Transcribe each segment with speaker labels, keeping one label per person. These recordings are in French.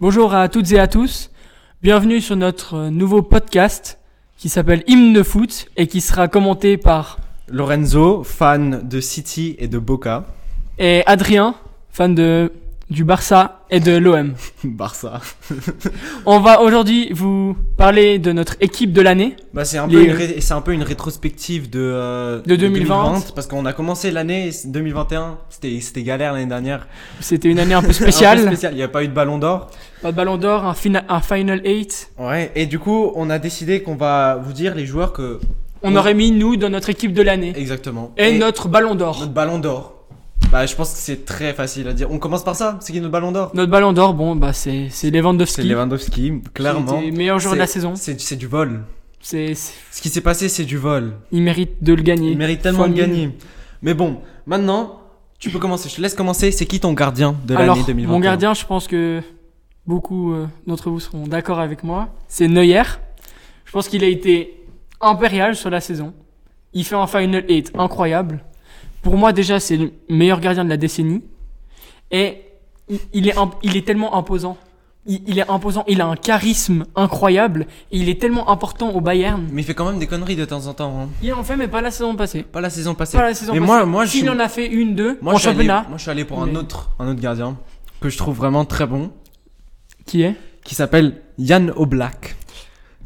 Speaker 1: Bonjour à toutes et à tous. Bienvenue sur notre euh, nouveau podcast qui s'appelle Hymne de foot et qui sera commenté par
Speaker 2: Lorenzo, fan de City et de Boca.
Speaker 1: et Adrien, fan de du Barça et de l'OM.
Speaker 2: Barça.
Speaker 1: On va aujourd'hui vous parler de notre équipe de l'année.
Speaker 2: Bah, c'est un,
Speaker 1: Les-
Speaker 2: peu une ré- c'est un peu une rétrospective de, euh,
Speaker 1: De 2020.
Speaker 2: Parce qu'on a commencé l'année 2021. C'était c'était galère l'année dernière.
Speaker 1: C'était une année un peu
Speaker 2: Un peu
Speaker 1: spéciale.
Speaker 2: spécial. Il n'y a pas eu de ballon d'or.
Speaker 1: Pas de ballon d'or, un, fina- un Final 8.
Speaker 2: Ouais. Et du coup, on a décidé qu'on va vous dire les joueurs que.
Speaker 1: On
Speaker 2: Ouais.
Speaker 1: aurait mis nous dans notre équipe de l'année.
Speaker 2: Exactement.
Speaker 1: Et, notre ballon d'or.
Speaker 2: notre ballon d'or. Bah, je pense que c'est très facile à dire. On commence par ça. C'est qui notre ballon d'or
Speaker 1: Notre ballon d'or, bon, bah c'est c'est Lewandowski.
Speaker 2: C'est Lewandowski, clairement.
Speaker 1: Qui était meilleur joueur de la saison.
Speaker 2: C'est c'est du vol.
Speaker 1: C'est c'est-
Speaker 2: Ce qui s'est passé, c'est du vol.
Speaker 1: il mérite de le gagner.
Speaker 2: Il mérite tellement de
Speaker 1: Fois mille.
Speaker 2: gagner. Mais bon, maintenant, tu peux commencer. Je te laisse commencer. C'est qui ton gardien de l'année
Speaker 1: Alors,
Speaker 2: 2021
Speaker 1: mon gardien, je pense que beaucoup euh, d'entre vous seront d'accord avec moi. C'est Neuer. Je pense qu'il a été impérial sur la saison. Il fait un Final 8 incroyable. Pour moi, déjà, c'est le meilleur gardien de la décennie. Et il- il est, imp- il est tellement imposant. Il, il est imposant, il a un charisme incroyable. Et il est tellement important au Bayern.
Speaker 2: Mais il fait quand même des conneries de temps en temps. hein.
Speaker 1: Il en fait, mais pas la saison passée.
Speaker 2: Pas la saison passée.
Speaker 1: Pas la saison
Speaker 2: mais
Speaker 1: passée.
Speaker 2: moi, moi, je
Speaker 1: S'il
Speaker 2: suis...
Speaker 1: en a fait une, deux,
Speaker 2: moi,
Speaker 1: en
Speaker 2: je suis allé-
Speaker 1: championnat,
Speaker 2: moi, je suis allé pour un
Speaker 1: Mais-
Speaker 2: autre, un autre gardien que je trouve vraiment très bon,
Speaker 1: qui est
Speaker 2: qui s'appelle Yann Oblak,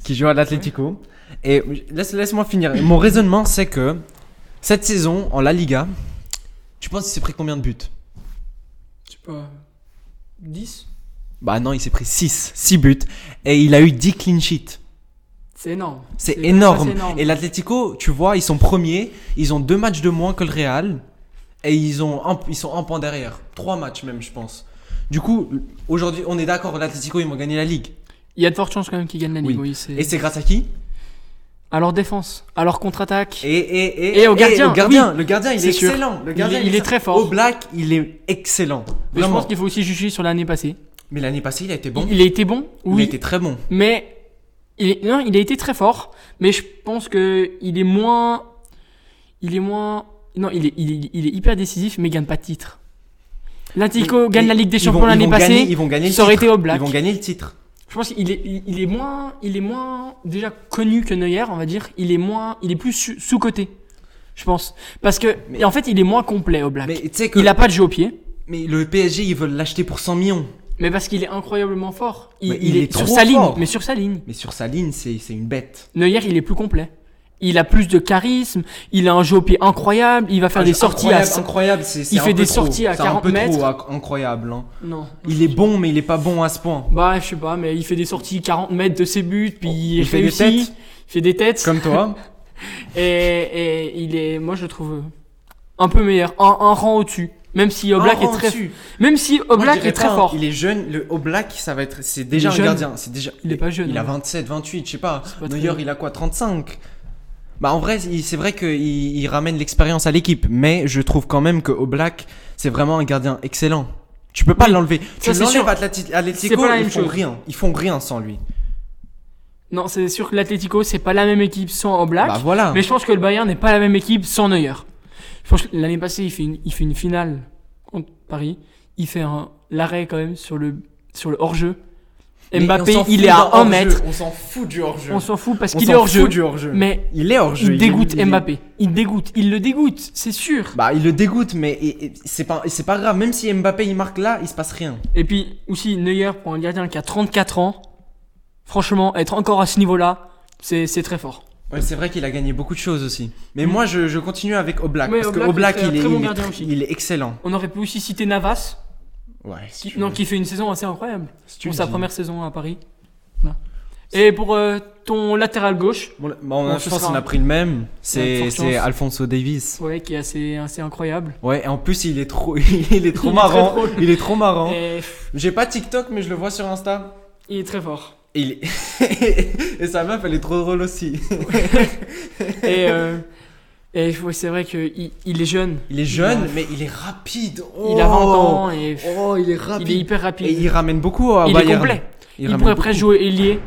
Speaker 2: qui joue à l'Atlético. Et laisse, laisse-moi finir. Mon raisonnement, c'est que cette saison en La Liga, tu penses qu'il s'est pris combien de buts
Speaker 1: Je sais pas. 10
Speaker 2: Bah non, il s'est pris 6 6 buts et il a eu 10 clean sheets.
Speaker 1: C'est énorme.
Speaker 2: C'est
Speaker 1: ça,
Speaker 2: énorme.
Speaker 1: c'est énorme.
Speaker 2: Et l'Atlético, tu vois, ils sont premiers, ils ont deux matchs de moins que le Real, et ils, ont un- ils sont un point derrière. Trois matchs même, je pense. Du coup, aujourd'hui, on est d'accord, l'Atlético, ils vont gagner la Ligue.
Speaker 1: Il y a de fortes chances quand même qu'ils gagnent la Ligue.
Speaker 2: Oui.
Speaker 1: Oui. c'est-
Speaker 2: Et c'est grâce à qui
Speaker 1: à leur défense, à leur contre-attaque.
Speaker 2: et, et,
Speaker 1: Et au gardien,
Speaker 2: le gardien,
Speaker 1: oui.
Speaker 2: le gardien, il est,
Speaker 1: C'est sûr.
Speaker 2: excellent. Le
Speaker 1: Il
Speaker 2: gardien,
Speaker 1: est- il est très fort.
Speaker 2: Au Black, il est excellent.
Speaker 1: Mais je
Speaker 2: Vraiment.
Speaker 1: pense qu'il faut aussi juger sur l'année passée.
Speaker 2: Mais l'année passée, il a été bon.
Speaker 1: Il a été bon,
Speaker 2: Il,
Speaker 1: oui,
Speaker 2: a été très bon.
Speaker 1: mais il est- non, il a été très fort. Mais je pense que il est moins, il est moins, non, il est, il est, il est hyper décisif, mais il gagne pas de titre. L'Atlético
Speaker 2: Mais-
Speaker 1: gagne
Speaker 2: mais
Speaker 1: la Ligue des
Speaker 2: ils vont-
Speaker 1: Champions
Speaker 2: ils
Speaker 1: l'année
Speaker 2: vont
Speaker 1: passée.
Speaker 2: gagner- ils vont gagner le
Speaker 1: ça aurait
Speaker 2: titre.
Speaker 1: été au Black.
Speaker 2: Ils vont gagner le titre.
Speaker 1: Je pense qu'il est, il, il est moins, il est moins déjà connu que Neuer, on va dire. Il est moins, il est plus su- sous-coté, je pense, parce que
Speaker 2: Mais-
Speaker 1: et en fait, il est moins complet au Black.
Speaker 2: Mais tu sais que
Speaker 1: Il a pas de jeu au pied.
Speaker 2: mais le PSG, ils veulent l'acheter pour 100 millions.
Speaker 1: Mais parce qu'il est incroyablement fort. Il,
Speaker 2: Mais
Speaker 1: il
Speaker 2: il
Speaker 1: est,
Speaker 2: est
Speaker 1: sur
Speaker 2: trop
Speaker 1: sa ligne,
Speaker 2: fort.
Speaker 1: mais sur sa ligne.
Speaker 2: Mais sur sa ligne, c'est c'est une bête.
Speaker 1: Neuer, il est plus complet. Il a plus de charisme, il a un jeu au pied incroyable, il va faire des sorties
Speaker 2: incroyable,
Speaker 1: à...
Speaker 2: incroyable, c'est c'est
Speaker 1: Il
Speaker 2: un
Speaker 1: fait
Speaker 2: peu
Speaker 1: des
Speaker 2: trop.
Speaker 1: sorties à
Speaker 2: C'est
Speaker 1: 40
Speaker 2: un peu
Speaker 1: mètres.
Speaker 2: trop ac- incroyable. hein.
Speaker 1: Non.
Speaker 2: Il est bon, mais il est pas bon à ce point.
Speaker 1: Bah, je sais pas, mais il fait des sorties 40 mètres de ses buts, puis il,
Speaker 2: il fait des
Speaker 1: réussit,
Speaker 2: têtes.
Speaker 1: il fait des têtes.
Speaker 2: Comme toi.
Speaker 1: Et, et il est... Moi, je le trouve un peu meilleur, un, un rang au-dessus. Même si Oblak
Speaker 2: Un
Speaker 1: est
Speaker 2: rang
Speaker 1: très...
Speaker 2: dessus.
Speaker 1: Même si
Speaker 2: Ah, Moi, je
Speaker 1: Oblak
Speaker 2: dirais
Speaker 1: est très
Speaker 2: pas, hein.
Speaker 1: fort.
Speaker 2: Il est jeune. Le Oblak, ça va être. C'est déjà
Speaker 1: est
Speaker 2: un
Speaker 1: jeune.
Speaker 2: gardien. C'est déjà.
Speaker 1: Il est pas jeune,
Speaker 2: Il a
Speaker 1: hein.
Speaker 2: 27, 28, je sais pas.
Speaker 1: pas très
Speaker 2: Neuer,
Speaker 1: jeune.
Speaker 2: il a quoi 35. Bah en vrai, il- c'est vrai qu'il il ramène l'expérience à l'équipe, mais je trouve quand même que Oblak, c'est vraiment un gardien excellent. Tu peux pas l'enlever.
Speaker 1: Ça,
Speaker 2: Tu
Speaker 1: c'est sûr.
Speaker 2: l'enlèves à l'Atleti- à l'Atlético,
Speaker 1: pas la
Speaker 2: ils
Speaker 1: même
Speaker 2: font
Speaker 1: chose.
Speaker 2: rien. Ils font rien sans lui.
Speaker 1: Non, c'est sûr que l'Atlético, c'est pas la même équipe sans Oblak.
Speaker 2: Bah voilà.
Speaker 1: Mais je pense que le Bayern n'est pas la même équipe sans Neuer. Je pense que l'année passée, il fait une, il fait une finale contre Paris. Il fait un l'arrêt quand même sur le, sur le hors-jeu.
Speaker 2: Mais
Speaker 1: Mbappé,
Speaker 2: on s'en
Speaker 1: il
Speaker 2: fout
Speaker 1: est à
Speaker 2: d'un
Speaker 1: 1
Speaker 2: hors-jeu.
Speaker 1: mètre.
Speaker 2: On s'en fout du hors-jeu.
Speaker 1: On s'en fout parce
Speaker 2: On
Speaker 1: qu'il
Speaker 2: s'en
Speaker 1: est hors-jeu.
Speaker 2: fout du hors-jeu.
Speaker 1: Mais
Speaker 2: Il est hors-jeu.
Speaker 1: il
Speaker 2: est-
Speaker 1: dégoûte
Speaker 2: est-
Speaker 1: Mbappé. Il dégoûte. Il le dégoûte, c'est sûr.
Speaker 2: Bah, il le dégoûte, mais et- et c'est pas, c'est pas grave. Même si Mbappé il marque là, il se passe rien.
Speaker 1: Et puis aussi, Neuer, pour un gardien qui a 34 ans, franchement, être encore à ce niveau-là, c'est c'est très fort.
Speaker 2: Ouais, c'est vrai qu'il a gagné beaucoup de choses aussi. Mais moi, je, je continue avec Oblak.
Speaker 1: Ouais,
Speaker 2: parce
Speaker 1: Oblak,
Speaker 2: que Oblak,
Speaker 1: c'est un
Speaker 2: il est,
Speaker 1: très bon
Speaker 2: il, est
Speaker 1: gardien
Speaker 2: tr-
Speaker 1: aussi.
Speaker 2: il est excellent.
Speaker 1: On aurait pu aussi citer Navas,
Speaker 2: Ouais,
Speaker 1: qui, non, qui fait une saison assez incroyable.
Speaker 2: tu
Speaker 1: pour
Speaker 2: le
Speaker 1: sa
Speaker 2: dis.
Speaker 1: première saison à Paris. Voilà. Et pour euh, ton latéral gauche,
Speaker 2: Bon, bah, on a-
Speaker 1: Bon, ce
Speaker 2: je pense
Speaker 1: sera
Speaker 2: qu'on
Speaker 1: un-
Speaker 2: a pris le même.
Speaker 1: Ouais,
Speaker 2: C'est
Speaker 1: de forte
Speaker 2: c'est
Speaker 1: chance.
Speaker 2: Alfonso Davis.
Speaker 1: ouais, qui est assez, assez incroyable.
Speaker 2: Ouais, et en plus, il est trop, il est trop
Speaker 1: Il est
Speaker 2: marrant.
Speaker 1: très drôle.
Speaker 2: il est trop marrant.
Speaker 1: Et, pff,
Speaker 2: J'ai pas TikTok, mais je le vois sur Insta.
Speaker 1: il est très fort.
Speaker 2: Et, il est- et sa meuf, elle est trop drôle aussi.
Speaker 1: Et, euh, et ouais, c'est vrai qu'il il est jeune.
Speaker 2: Il est jeune, mais il est rapide. Oh.
Speaker 1: Il a 20 ans et pff,
Speaker 2: Oh, il est
Speaker 1: il est
Speaker 2: rapide.
Speaker 1: hyper
Speaker 2: Et il
Speaker 1: rapide.
Speaker 2: ramène beaucoup à
Speaker 1: Il est
Speaker 2: Bayern.
Speaker 1: complet. Il,
Speaker 2: ramène
Speaker 1: pourrait
Speaker 2: beaucoup.
Speaker 1: presque jouer ailier.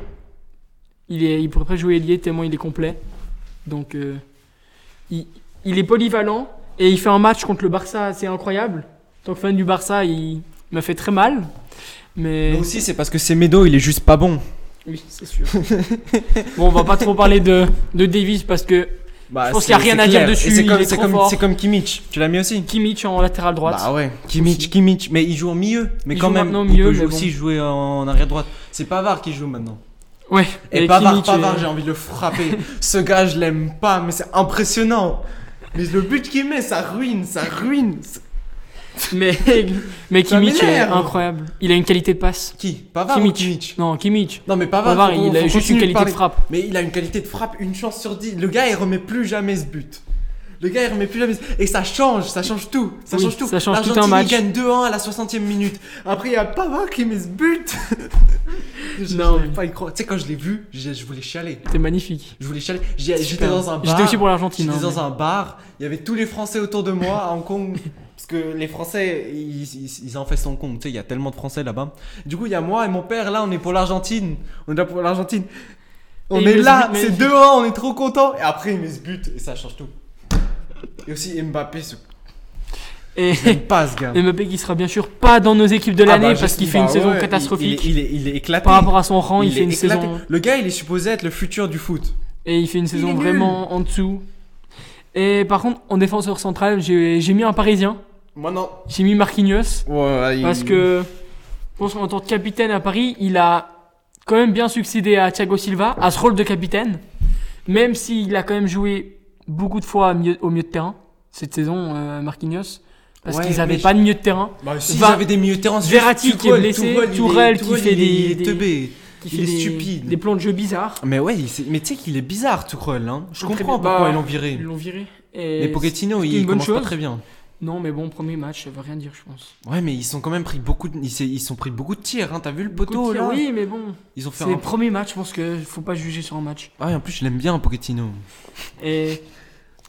Speaker 1: Il, est, il pourrait presque jouer ailier tellement il est complet. Donc, euh, il, il est polyvalent et il fait un match contre le Barça assez incroyable. Donc, fan du Barça, il m'a fait très mal. Mais
Speaker 2: Mais aussi, c'est parce que Semedo, il est juste pas bon.
Speaker 1: oui, c'est sûr. bon, on va pas trop parler de, de Davis parce que
Speaker 2: Bah,
Speaker 1: Je pense
Speaker 2: c'est-
Speaker 1: qu'il y a rien
Speaker 2: c'est
Speaker 1: à dire
Speaker 2: clair.
Speaker 1: dessus,
Speaker 2: Et C'est
Speaker 1: il
Speaker 2: comme,
Speaker 1: est
Speaker 2: c'est
Speaker 1: trop
Speaker 2: comme,
Speaker 1: fort.
Speaker 2: c'est comme Kimmich. Tu l'as mis aussi
Speaker 1: Kimmich en latéral droite.
Speaker 2: Bah ouais, Kimmich,
Speaker 1: Aussi.
Speaker 2: Kimmich. Mais il joue en milieu. Mais
Speaker 1: Il
Speaker 2: quand
Speaker 1: joue
Speaker 2: même,
Speaker 1: maintenant au
Speaker 2: il
Speaker 1: milieu,
Speaker 2: peut
Speaker 1: mais
Speaker 2: aussi jouer en arrière droite. C'est Pavard qui joue maintenant.
Speaker 1: ouais.
Speaker 2: Et,
Speaker 1: mais
Speaker 2: Pavard,
Speaker 1: Kimmich,
Speaker 2: Pavard,
Speaker 1: euh,
Speaker 2: j'ai envie de le frapper. Ce gars, je l'aime pas, mais c'est impressionnant. Mais le but qu'il met, ça ruine, ça ruine. C'est-
Speaker 1: Mais, mais
Speaker 2: Ça
Speaker 1: Kimmich est
Speaker 2: m'énerve.
Speaker 1: incroyable. Il a une qualité de passe.
Speaker 2: Qui Pavard
Speaker 1: Kimmich.
Speaker 2: ou Kimmich
Speaker 1: Non, Kimmich.
Speaker 2: Non, mais Pavard,
Speaker 1: Pavard,
Speaker 2: Ah bah, faut qu'on-
Speaker 1: il a
Speaker 2: faut
Speaker 1: juste une
Speaker 2: continuer
Speaker 1: qualité de
Speaker 2: parler.
Speaker 1: frappe.
Speaker 2: Mais il a une qualité de frappe, une chance sur dix. Le gars, il remet plus jamais ce but. Le gars, il remet plus jamais. ce- Et ça change, ça change tout. Ça
Speaker 1: Oui,
Speaker 2: change tout.
Speaker 1: ça change tout un
Speaker 2: L'Argentine,
Speaker 1: match.
Speaker 2: Il gagne 2-1 à la 60e minute. Après, il y a Pavard qui met ce but. je, je
Speaker 1: Non,
Speaker 2: voulais
Speaker 1: mais-
Speaker 2: pas y croire. Tu sais, quand je l'ai vu, j'ai- je voulais chialer.
Speaker 1: C'était magnifique.
Speaker 2: Je voulais chialer. J'ai- J'étais
Speaker 1: Super.
Speaker 2: dans un bar.
Speaker 1: J'étais aussi pour l'Argentine.
Speaker 2: J'étais
Speaker 1: hein,
Speaker 2: dans
Speaker 1: mais-
Speaker 2: un bar, il y avait tous les Français autour de moi à Hong Kong. Parce que les Français, ils, ils, ils infestent Hong Kong, tu sais, il y a tellement de Français là-bas. Du coup, il y a moi et mon père, là, on est pour l'Argentine. On est là pour l'Argentine. On
Speaker 1: il
Speaker 2: est
Speaker 1: met ce
Speaker 2: là,
Speaker 1: but
Speaker 2: c'est
Speaker 1: magnifique.
Speaker 2: 2-1, on est trop content. Et après, il met ce but et ça change tout. Et aussi Mbappé, ce...
Speaker 1: Et
Speaker 2: j'aime pas ce gars.
Speaker 1: Mbappé qui sera bien sûr pas dans nos équipes de
Speaker 2: Ah
Speaker 1: l'année
Speaker 2: bah,
Speaker 1: parce
Speaker 2: je-
Speaker 1: qu'il fait
Speaker 2: bah
Speaker 1: une saison
Speaker 2: ouais, il-
Speaker 1: catastrophique.
Speaker 2: Il, est- il est- il est éclaté.
Speaker 1: Par rapport à son rang, il,
Speaker 2: est
Speaker 1: fait une
Speaker 2: éclaté.
Speaker 1: saison
Speaker 2: Le gars, il est supposé être le futur du foot.
Speaker 1: et il fait une saison
Speaker 2: est nul.
Speaker 1: vraiment en dessous. Et par contre, en défenseur central, j'ai j'ai mis un Parisien.
Speaker 2: Moi, non.
Speaker 1: J'ai mis Marquinhos
Speaker 2: Ouais, il-
Speaker 1: parce que je pense qu'en tant que capitaine à Paris, il a quand même bien succédé à Thiago Silva à ce rôle de capitaine, même s'il a quand même joué beaucoup de fois au milieu, au milieu de terrain cette saison, euh, Marquinhos, parce
Speaker 2: Ouais,
Speaker 1: qu'ils
Speaker 2: mais
Speaker 1: n'avaient
Speaker 2: je-
Speaker 1: pas de milieu de terrain.
Speaker 2: Bah, s'ils
Speaker 1: Va-
Speaker 2: avaient des milieux de terrain, c'est
Speaker 1: Verratti
Speaker 2: juste
Speaker 1: qui est
Speaker 2: Tourelle,
Speaker 1: blessé,
Speaker 2: Tourelle, il est-
Speaker 1: Tourelle qui fait des-
Speaker 2: il est
Speaker 1: des-
Speaker 2: teubé.
Speaker 1: qui
Speaker 2: Il
Speaker 1: fait
Speaker 2: est
Speaker 1: des-
Speaker 2: stupide.
Speaker 1: Des plans de jeu bizarres.
Speaker 2: Ah, Mais ouais, il s'est- mais tu sais qu'il est bizarre, Tourelle. Hein. Je
Speaker 1: Très
Speaker 2: comprends
Speaker 1: bien.
Speaker 2: pourquoi
Speaker 1: Bah,
Speaker 2: ils l'ont viré.
Speaker 1: Ils l'ont viré.
Speaker 2: Mais
Speaker 1: Et
Speaker 2: Pochettino,
Speaker 1: c'est
Speaker 2: il
Speaker 1: une bonne
Speaker 2: commence pas
Speaker 1: chose.
Speaker 2: très bien.
Speaker 1: Non, mais bon, premier match, ça veut rien dire, je pense.
Speaker 2: Ouais, mais ils sont quand même pris beaucoup de, ils s'est- ils sont pris beaucoup de tirs. Hein. T'as vu le
Speaker 1: Coup
Speaker 2: poteau
Speaker 1: de tir,
Speaker 2: là
Speaker 1: Oui, mais bon,
Speaker 2: Ils ont fait.
Speaker 1: c'est
Speaker 2: Un...
Speaker 1: le premier match, je pense qu'il faut pas juger sur un match.
Speaker 2: Ah, et en plus, je l'aime bien, Pochettino.
Speaker 1: Et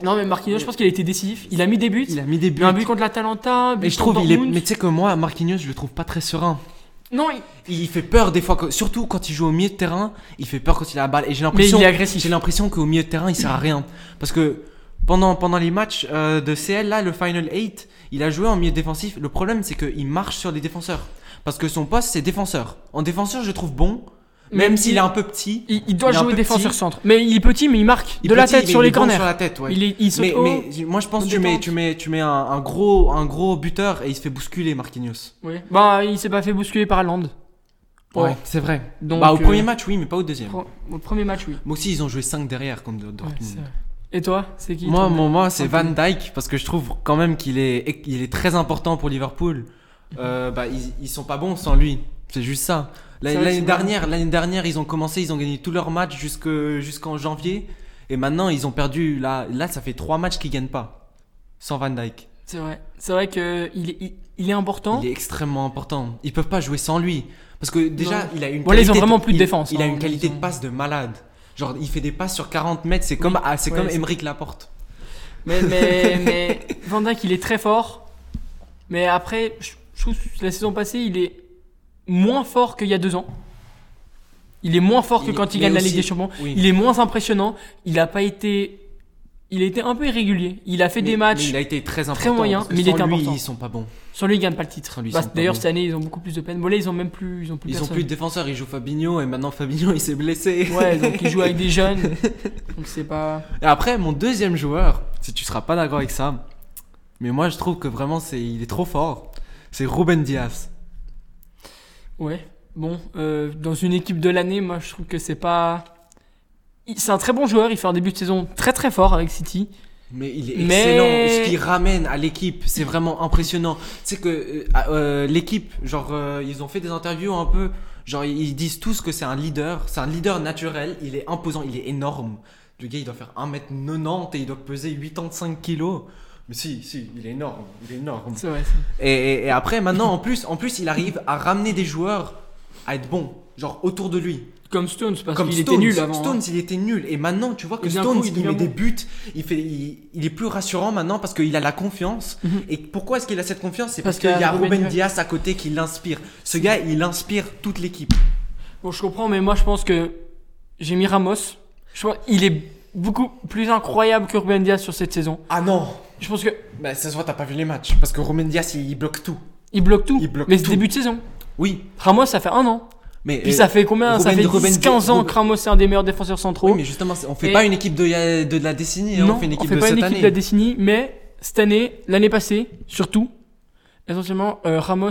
Speaker 1: non, mais Marquinhos, je pense qu'il a été décisif. Il a mis des buts.
Speaker 2: Il a mis des
Speaker 1: Il
Speaker 2: buts.
Speaker 1: a un but contre l'Atalanta, but
Speaker 2: Mais je
Speaker 1: contre
Speaker 2: trouve, il est.
Speaker 1: Dortmund.
Speaker 2: Mais tu sais que moi, Marquinhos, je le trouve pas très serein.
Speaker 1: Non, il-
Speaker 2: Il fait peur des fois, que- surtout quand il joue au milieu de terrain. Il fait peur quand il a la balle. Et j'ai
Speaker 1: mais
Speaker 2: l'impression
Speaker 1: il est
Speaker 2: J'ai
Speaker 1: agressif.
Speaker 2: l'impression qu'au milieu de terrain, il sert à rien. Parce que pendant, pendant les matchs euh, de CL, là, le Final 8, il a joué en milieu défensif. Le problème, c'est qu'il marche sur les défenseurs. Parce que son poste, c'est défenseur. En défenseur, je le trouve bon,
Speaker 1: Mais
Speaker 2: même s'il
Speaker 1: il-
Speaker 2: est un peu petit.
Speaker 1: Il, il doit
Speaker 2: il est un
Speaker 1: jouer
Speaker 2: peu
Speaker 1: défenseur
Speaker 2: petit.
Speaker 1: centre. Mais il est petit, mais il marque
Speaker 2: Il
Speaker 1: de
Speaker 2: est
Speaker 1: la
Speaker 2: petit,
Speaker 1: tête
Speaker 2: mais
Speaker 1: sur
Speaker 2: il
Speaker 1: les
Speaker 2: est bon
Speaker 1: corners.
Speaker 2: sur la tête, ouais.
Speaker 1: Il, est, il saute
Speaker 2: mais,
Speaker 1: haut.
Speaker 2: mais moi, je pense que tu mets,
Speaker 1: détente.
Speaker 2: tu mets, tu mets un, un gros, un gros buteur et il se fait bousculer, Marquinhos.
Speaker 1: Ouais. Bah, il s'est pas fait bousculer par Land. Ouais.
Speaker 2: c'est vrai.
Speaker 1: Donc,
Speaker 2: bah, au
Speaker 1: euh,
Speaker 2: premier match, oui, mais pas au deuxième.
Speaker 1: pro- au premier match, oui.
Speaker 2: Moi aussi, ils ont joué 5 derrière contre
Speaker 1: Ouais,
Speaker 2: Dortmund.
Speaker 1: c'est vrai. Et toi, c'est qui
Speaker 2: Moi,
Speaker 1: ton-
Speaker 2: mon moi, c'est Van
Speaker 1: Anthony.
Speaker 2: Dyke parce que je trouve quand même qu'il est, e-, il est très important pour Liverpool.
Speaker 1: Mhm.
Speaker 2: Euh, bah, ils, ils sont pas bons sans lui. C'est juste ça.
Speaker 1: C'est
Speaker 2: L'année
Speaker 1: vrai que
Speaker 2: l'année
Speaker 1: c'est vrai.
Speaker 2: dernière, l'année dernière, ils ont commencé, ils ont gagné tous leurs matchs jusque jusqu'en janvier, et maintenant ils ont perdu. Là, là, ça fait trois matchs qu'ils gagnent pas sans Van Dyke.
Speaker 1: C'est vrai. C'est vrai que il est, il, il est important.
Speaker 2: Il est extrêmement important. Ils peuvent pas jouer sans lui parce que déjà,
Speaker 1: Non.
Speaker 2: il a une.
Speaker 1: Bon, là, ils ont
Speaker 2: qualité
Speaker 1: vraiment plus de
Speaker 2: il-
Speaker 1: défense,
Speaker 2: Il, a
Speaker 1: hein,
Speaker 2: une
Speaker 1: mais
Speaker 2: qualité
Speaker 1: ils
Speaker 2: de
Speaker 1: ont-
Speaker 2: passe de malade. Genre, il fait des passes sur 40 mètres. C'est comme, ah, c'est
Speaker 1: Ouais,
Speaker 2: comme
Speaker 1: c'est-
Speaker 2: Emeric Laporte.
Speaker 1: Mais, mais, mais Van Dijk, il est très fort. Mais après, je je trouve que la saison passée, il est moins fort qu'il y a deux ans. Il est moins fort que
Speaker 2: Il-
Speaker 1: quand il
Speaker 2: mais
Speaker 1: gagne la
Speaker 2: aussi-
Speaker 1: Ligue des Champions.
Speaker 2: oui.
Speaker 1: Il est moins impressionnant. Il a pas été. Il était un peu irrégulier. Il a fait
Speaker 2: Mais-
Speaker 1: des matchs.
Speaker 2: mais il a été très important.
Speaker 1: moyen,
Speaker 2: parce que
Speaker 1: mais il
Speaker 2: sans
Speaker 1: était
Speaker 2: lui,
Speaker 1: important.
Speaker 2: Ils sont pas bons.
Speaker 1: Sans lui, il gagne pas le titre.
Speaker 2: Sans lui,
Speaker 1: Bah,
Speaker 2: c'est pas
Speaker 1: D'ailleurs,
Speaker 2: bon.
Speaker 1: cette année, ils ont beaucoup plus de peine. Bon, là, ils ont même plus. Ils ont plus
Speaker 2: Ils ont
Speaker 1: personne.
Speaker 2: plus de défenseurs. Ils jouent Fabinho et maintenant Fabinho il s'est blessé.
Speaker 1: Ouais, donc ils jouent avec des jeunes. Donc c'est pas.
Speaker 2: Et après mon deuxième joueur, si tu seras pas d'accord avec ça, mais moi je trouve que vraiment c'est il est trop fort. C'est Ruben Diaz.
Speaker 1: Ouais. Bon, euh, dans une équipe de l'année, moi je trouve que c'est pas. il- C'est un très bon joueur, il fait un début de saison très très fort avec City.
Speaker 2: Mais il est
Speaker 1: Mais-
Speaker 2: excellent. Ce qu'il ramène à l'équipe, c'est vraiment impressionnant. C'est que euh, euh, l'équipe, genre, euh, ils ont fait des interviews un peu. Genre, ils disent tous que c'est un leader. C'est un leader naturel. Il est imposant. Il est énorme. Le gars, il doit faire 1m90 et il doit peser 85 kilos. Mais si, si, il est énorme. Il est énorme.
Speaker 1: C'est vrai.
Speaker 2: Et, et- et après, maintenant, en plus, en plus, il arrive à ramener des joueurs à être bons. Genre autour de lui.
Speaker 1: Comme Stones, parce
Speaker 2: Comme
Speaker 1: qu'il
Speaker 2: Stones.
Speaker 1: était nul avant. hein.
Speaker 2: Stones, il était nul. Et maintenant, tu vois que
Speaker 1: Et d'un
Speaker 2: Stones,
Speaker 1: coup, il
Speaker 2: il,
Speaker 1: devient
Speaker 2: met
Speaker 1: bon.
Speaker 2: des buts. Il, fait, il, il est plus rassurant maintenant parce qu'il a la confiance.
Speaker 1: Mhm.
Speaker 2: Et pourquoi est-ce qu'il a cette confiance C'est
Speaker 1: Parce
Speaker 2: parce, qu'il y a
Speaker 1: qu'il y a
Speaker 2: Ruben
Speaker 1: Ruben
Speaker 2: Dias à côté qui l'inspire. Ce gars, il inspire toute l'équipe.
Speaker 1: hein. Bon, je comprends, mais moi je pense que j'ai mis Ramos. Je pense il est beaucoup plus incroyable que Ruben Diaz sur cette saison.
Speaker 2: Ah non
Speaker 1: Je pense que
Speaker 2: Bah, ça se voit, t'as pas vu les matchs. Parce que Ruben Dias, il bloque tout.
Speaker 1: il bloque tout.
Speaker 2: Il bloque
Speaker 1: mais c'est
Speaker 2: tout.
Speaker 1: début de saison.
Speaker 2: Oui,
Speaker 1: Ramos, ça fait un an.
Speaker 2: mais.
Speaker 1: Puis
Speaker 2: euh,
Speaker 1: ça fait combien Ça
Speaker 2: Ruben-
Speaker 1: fait
Speaker 2: Ruben-
Speaker 1: 15 ans que
Speaker 2: Ruben-
Speaker 1: Ramos c'est un des meilleurs défenseurs centraux.
Speaker 2: Oui, mais justement, c'est- on fait
Speaker 1: Et-
Speaker 2: pas une équipe de, y a- de la décennie, hein,
Speaker 1: non,
Speaker 2: on fait une équipe
Speaker 1: fait
Speaker 2: de
Speaker 1: pas
Speaker 2: cette
Speaker 1: une équipe
Speaker 2: année.
Speaker 1: de la décennie, mais cette année, l'année passée, surtout, essentiellement, euh, Ramos,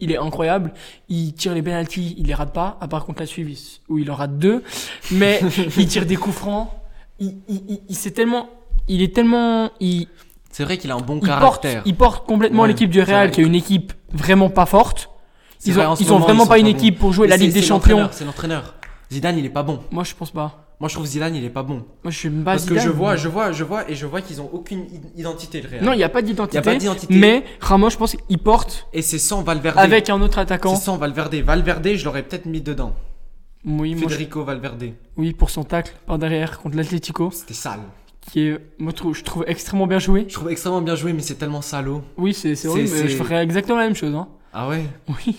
Speaker 1: il est incroyable. Il tire les penalties, il les rate pas, à part contre la Suisse, où il en rate deux. Mais il tire des coups francs. Il, il, il, il s'est tellement, il est tellement, il,
Speaker 2: C'est vrai qu'il a un bon
Speaker 1: il porte,
Speaker 2: caractère.
Speaker 1: il porte complètement
Speaker 2: Ouais,
Speaker 1: l'équipe du
Speaker 2: c'est
Speaker 1: Real,
Speaker 2: vrai.
Speaker 1: qui est une équipe vraiment pas forte.
Speaker 2: C'est
Speaker 1: Ils
Speaker 2: vrai,
Speaker 1: ont,
Speaker 2: en ce
Speaker 1: ils ont
Speaker 2: moment,
Speaker 1: vraiment
Speaker 2: ils
Speaker 1: pas
Speaker 2: sont
Speaker 1: une
Speaker 2: pas bons.
Speaker 1: équipe pour jouer
Speaker 2: Mais
Speaker 1: la
Speaker 2: c'est-
Speaker 1: Ligue des
Speaker 2: c'est
Speaker 1: Champions.
Speaker 2: l'entraîneur, C'est l'entraîneur. Zidane, il est pas bon.
Speaker 1: Moi, je pense pas.
Speaker 2: Moi, je trouve Zidane, il est pas bon.
Speaker 1: Moi, je suis pas
Speaker 2: Parce que
Speaker 1: Zidane.
Speaker 2: je vois, je vois, je vois, et je vois qu'ils ont aucune i- identité, le Real.
Speaker 1: Non, il n'y a pas
Speaker 2: Y a pas
Speaker 1: d'identité.
Speaker 2: d'identité.
Speaker 1: Mais Ramos, je pense qu'il porte
Speaker 2: Et c'est sans Valverde.
Speaker 1: avec un autre
Speaker 2: C'est
Speaker 1: attaquant.
Speaker 2: sans Valverde. Valverde, je l'aurais peut-être mis dedans.
Speaker 1: Oui, moi, je-
Speaker 2: Federico Valverde.
Speaker 1: oui, pour son tacle par derrière contre l'Atlético,
Speaker 2: C'était sale.
Speaker 1: qui est, moi, je trouve- je trouve extrêmement bien joué.
Speaker 2: Je trouve extrêmement bien joué, mais c'est tellement salaud.
Speaker 1: Oui, c'est c'est
Speaker 2: C'est-
Speaker 1: horrible, mais
Speaker 2: c'est-
Speaker 1: je ferais exactement la même chose. Hein.
Speaker 2: Ah ouais
Speaker 1: Oui.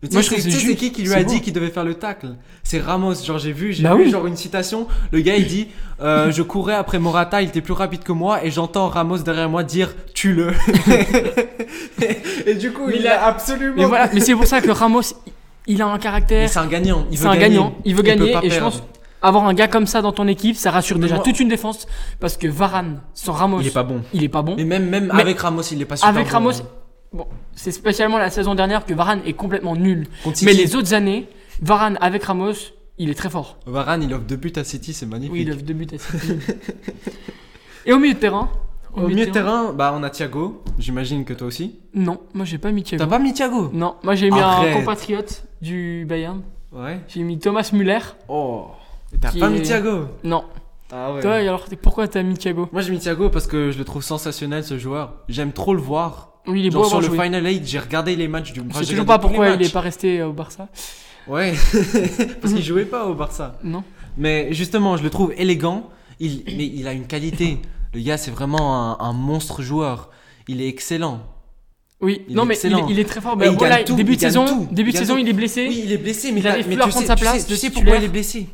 Speaker 2: Mais
Speaker 1: Moi,
Speaker 2: tu
Speaker 1: je
Speaker 2: sais,
Speaker 1: trouve que
Speaker 2: tu sais,
Speaker 1: c'est
Speaker 2: c'est
Speaker 1: juste-
Speaker 2: qui qui lui
Speaker 1: c'est
Speaker 2: a
Speaker 1: bon.
Speaker 2: dit qu'il devait faire le tacle C'est Ramos. Genre, j'ai vu, j'ai
Speaker 1: Bah
Speaker 2: vu
Speaker 1: oui.
Speaker 2: genre une citation. Le gars, il dit euh, Je courais après Morata, il était plus rapide que moi, et j'entends Ramos derrière moi dire Tue-le. et du coup,
Speaker 1: Mais
Speaker 2: il
Speaker 1: il
Speaker 2: a
Speaker 1: a-
Speaker 2: absolument.
Speaker 1: Mais voilà, mais c'est pour ça que Ramos, il- il a un
Speaker 2: Mais
Speaker 1: caractère.
Speaker 2: c'est un gagnant. Il
Speaker 1: C'est
Speaker 2: veut
Speaker 1: un
Speaker 2: gagner.
Speaker 1: gagnant. Il veut gagner,
Speaker 2: peut pas
Speaker 1: et je
Speaker 2: perdre.
Speaker 1: pense avoir un gars comme ça dans ton équipe, ça rassure
Speaker 2: Mais
Speaker 1: déjà
Speaker 2: moi-
Speaker 1: toute une défense, parce que Varane sans Ramos,
Speaker 2: Il est pas bon.
Speaker 1: il est pas bon.
Speaker 2: Mais même, même
Speaker 1: Mais-
Speaker 2: avec Ramos, il est pas super
Speaker 1: Avec
Speaker 2: bon,
Speaker 1: Ramos,
Speaker 2: hein.
Speaker 1: bon, c'est spécialement la saison dernière que Varane est complètement nul.
Speaker 2: Contre
Speaker 1: Mais
Speaker 2: City,
Speaker 1: les autres années, Varane avec Ramos, il est très fort.
Speaker 2: Varane, il offre deux buts à City, c'est magnifique.
Speaker 1: Oui, il offre deux buts à City. Et au milieu de terrain
Speaker 2: Au milieu
Speaker 1: hein.
Speaker 2: de terrain, bah on a Thiago, j'imagine que toi aussi.
Speaker 1: Non, moi j'ai pas mis Thiago.
Speaker 2: T'as pas mis Thiago
Speaker 1: Non, moi j'ai mis
Speaker 2: Arrête.
Speaker 1: un compatriote du Bayern.
Speaker 2: Ouais.
Speaker 1: J'ai mis Thomas Müller.
Speaker 2: Oh. T'as
Speaker 1: Qui
Speaker 2: pas mis
Speaker 1: est-
Speaker 2: Thiago
Speaker 1: Non.
Speaker 2: Ah ouais.
Speaker 1: Toi, et alors pourquoi t'as mis Thiago
Speaker 2: Moi j'ai mis Thiago parce que je le trouve sensationnel ce joueur. J'aime trop le voir.
Speaker 1: Oui, il est
Speaker 2: Genre
Speaker 1: beau à
Speaker 2: sur
Speaker 1: avoir
Speaker 2: le
Speaker 1: joué.
Speaker 2: Final 8, j'ai regardé les matchs du
Speaker 1: Je
Speaker 2: Barça.
Speaker 1: sais toujours pas pourquoi il est pas resté euh, au Barça.
Speaker 2: Ouais, parce qu'il jouait pas au Barça.
Speaker 1: Non.
Speaker 2: Mais justement, je le trouve élégant. Il... Mais il a une qualité. Le gars, c'est vraiment un, un monstre joueur. Il est excellent.
Speaker 1: Oui,
Speaker 2: Il
Speaker 1: non
Speaker 2: est
Speaker 1: mais il est,
Speaker 2: excellent.
Speaker 1: il est très fort.
Speaker 2: Et
Speaker 1: Bah,
Speaker 2: il
Speaker 1: voilà,
Speaker 2: gagne tout,
Speaker 1: début
Speaker 2: il
Speaker 1: de
Speaker 2: gagne
Speaker 1: saison,
Speaker 2: tout,
Speaker 1: début
Speaker 2: il
Speaker 1: de
Speaker 2: gagne
Speaker 1: saison,
Speaker 2: tout.
Speaker 1: il est blessé.
Speaker 2: Oui, il est blessé, mais,
Speaker 1: Il
Speaker 2: t'as-
Speaker 1: arrive
Speaker 2: mais
Speaker 1: plus à
Speaker 2: tu,
Speaker 1: prendre
Speaker 2: sais,
Speaker 1: sa
Speaker 2: tu sais-
Speaker 1: place
Speaker 2: tu
Speaker 1: de
Speaker 2: sais pourquoi
Speaker 1: titulaire.
Speaker 2: il est blessé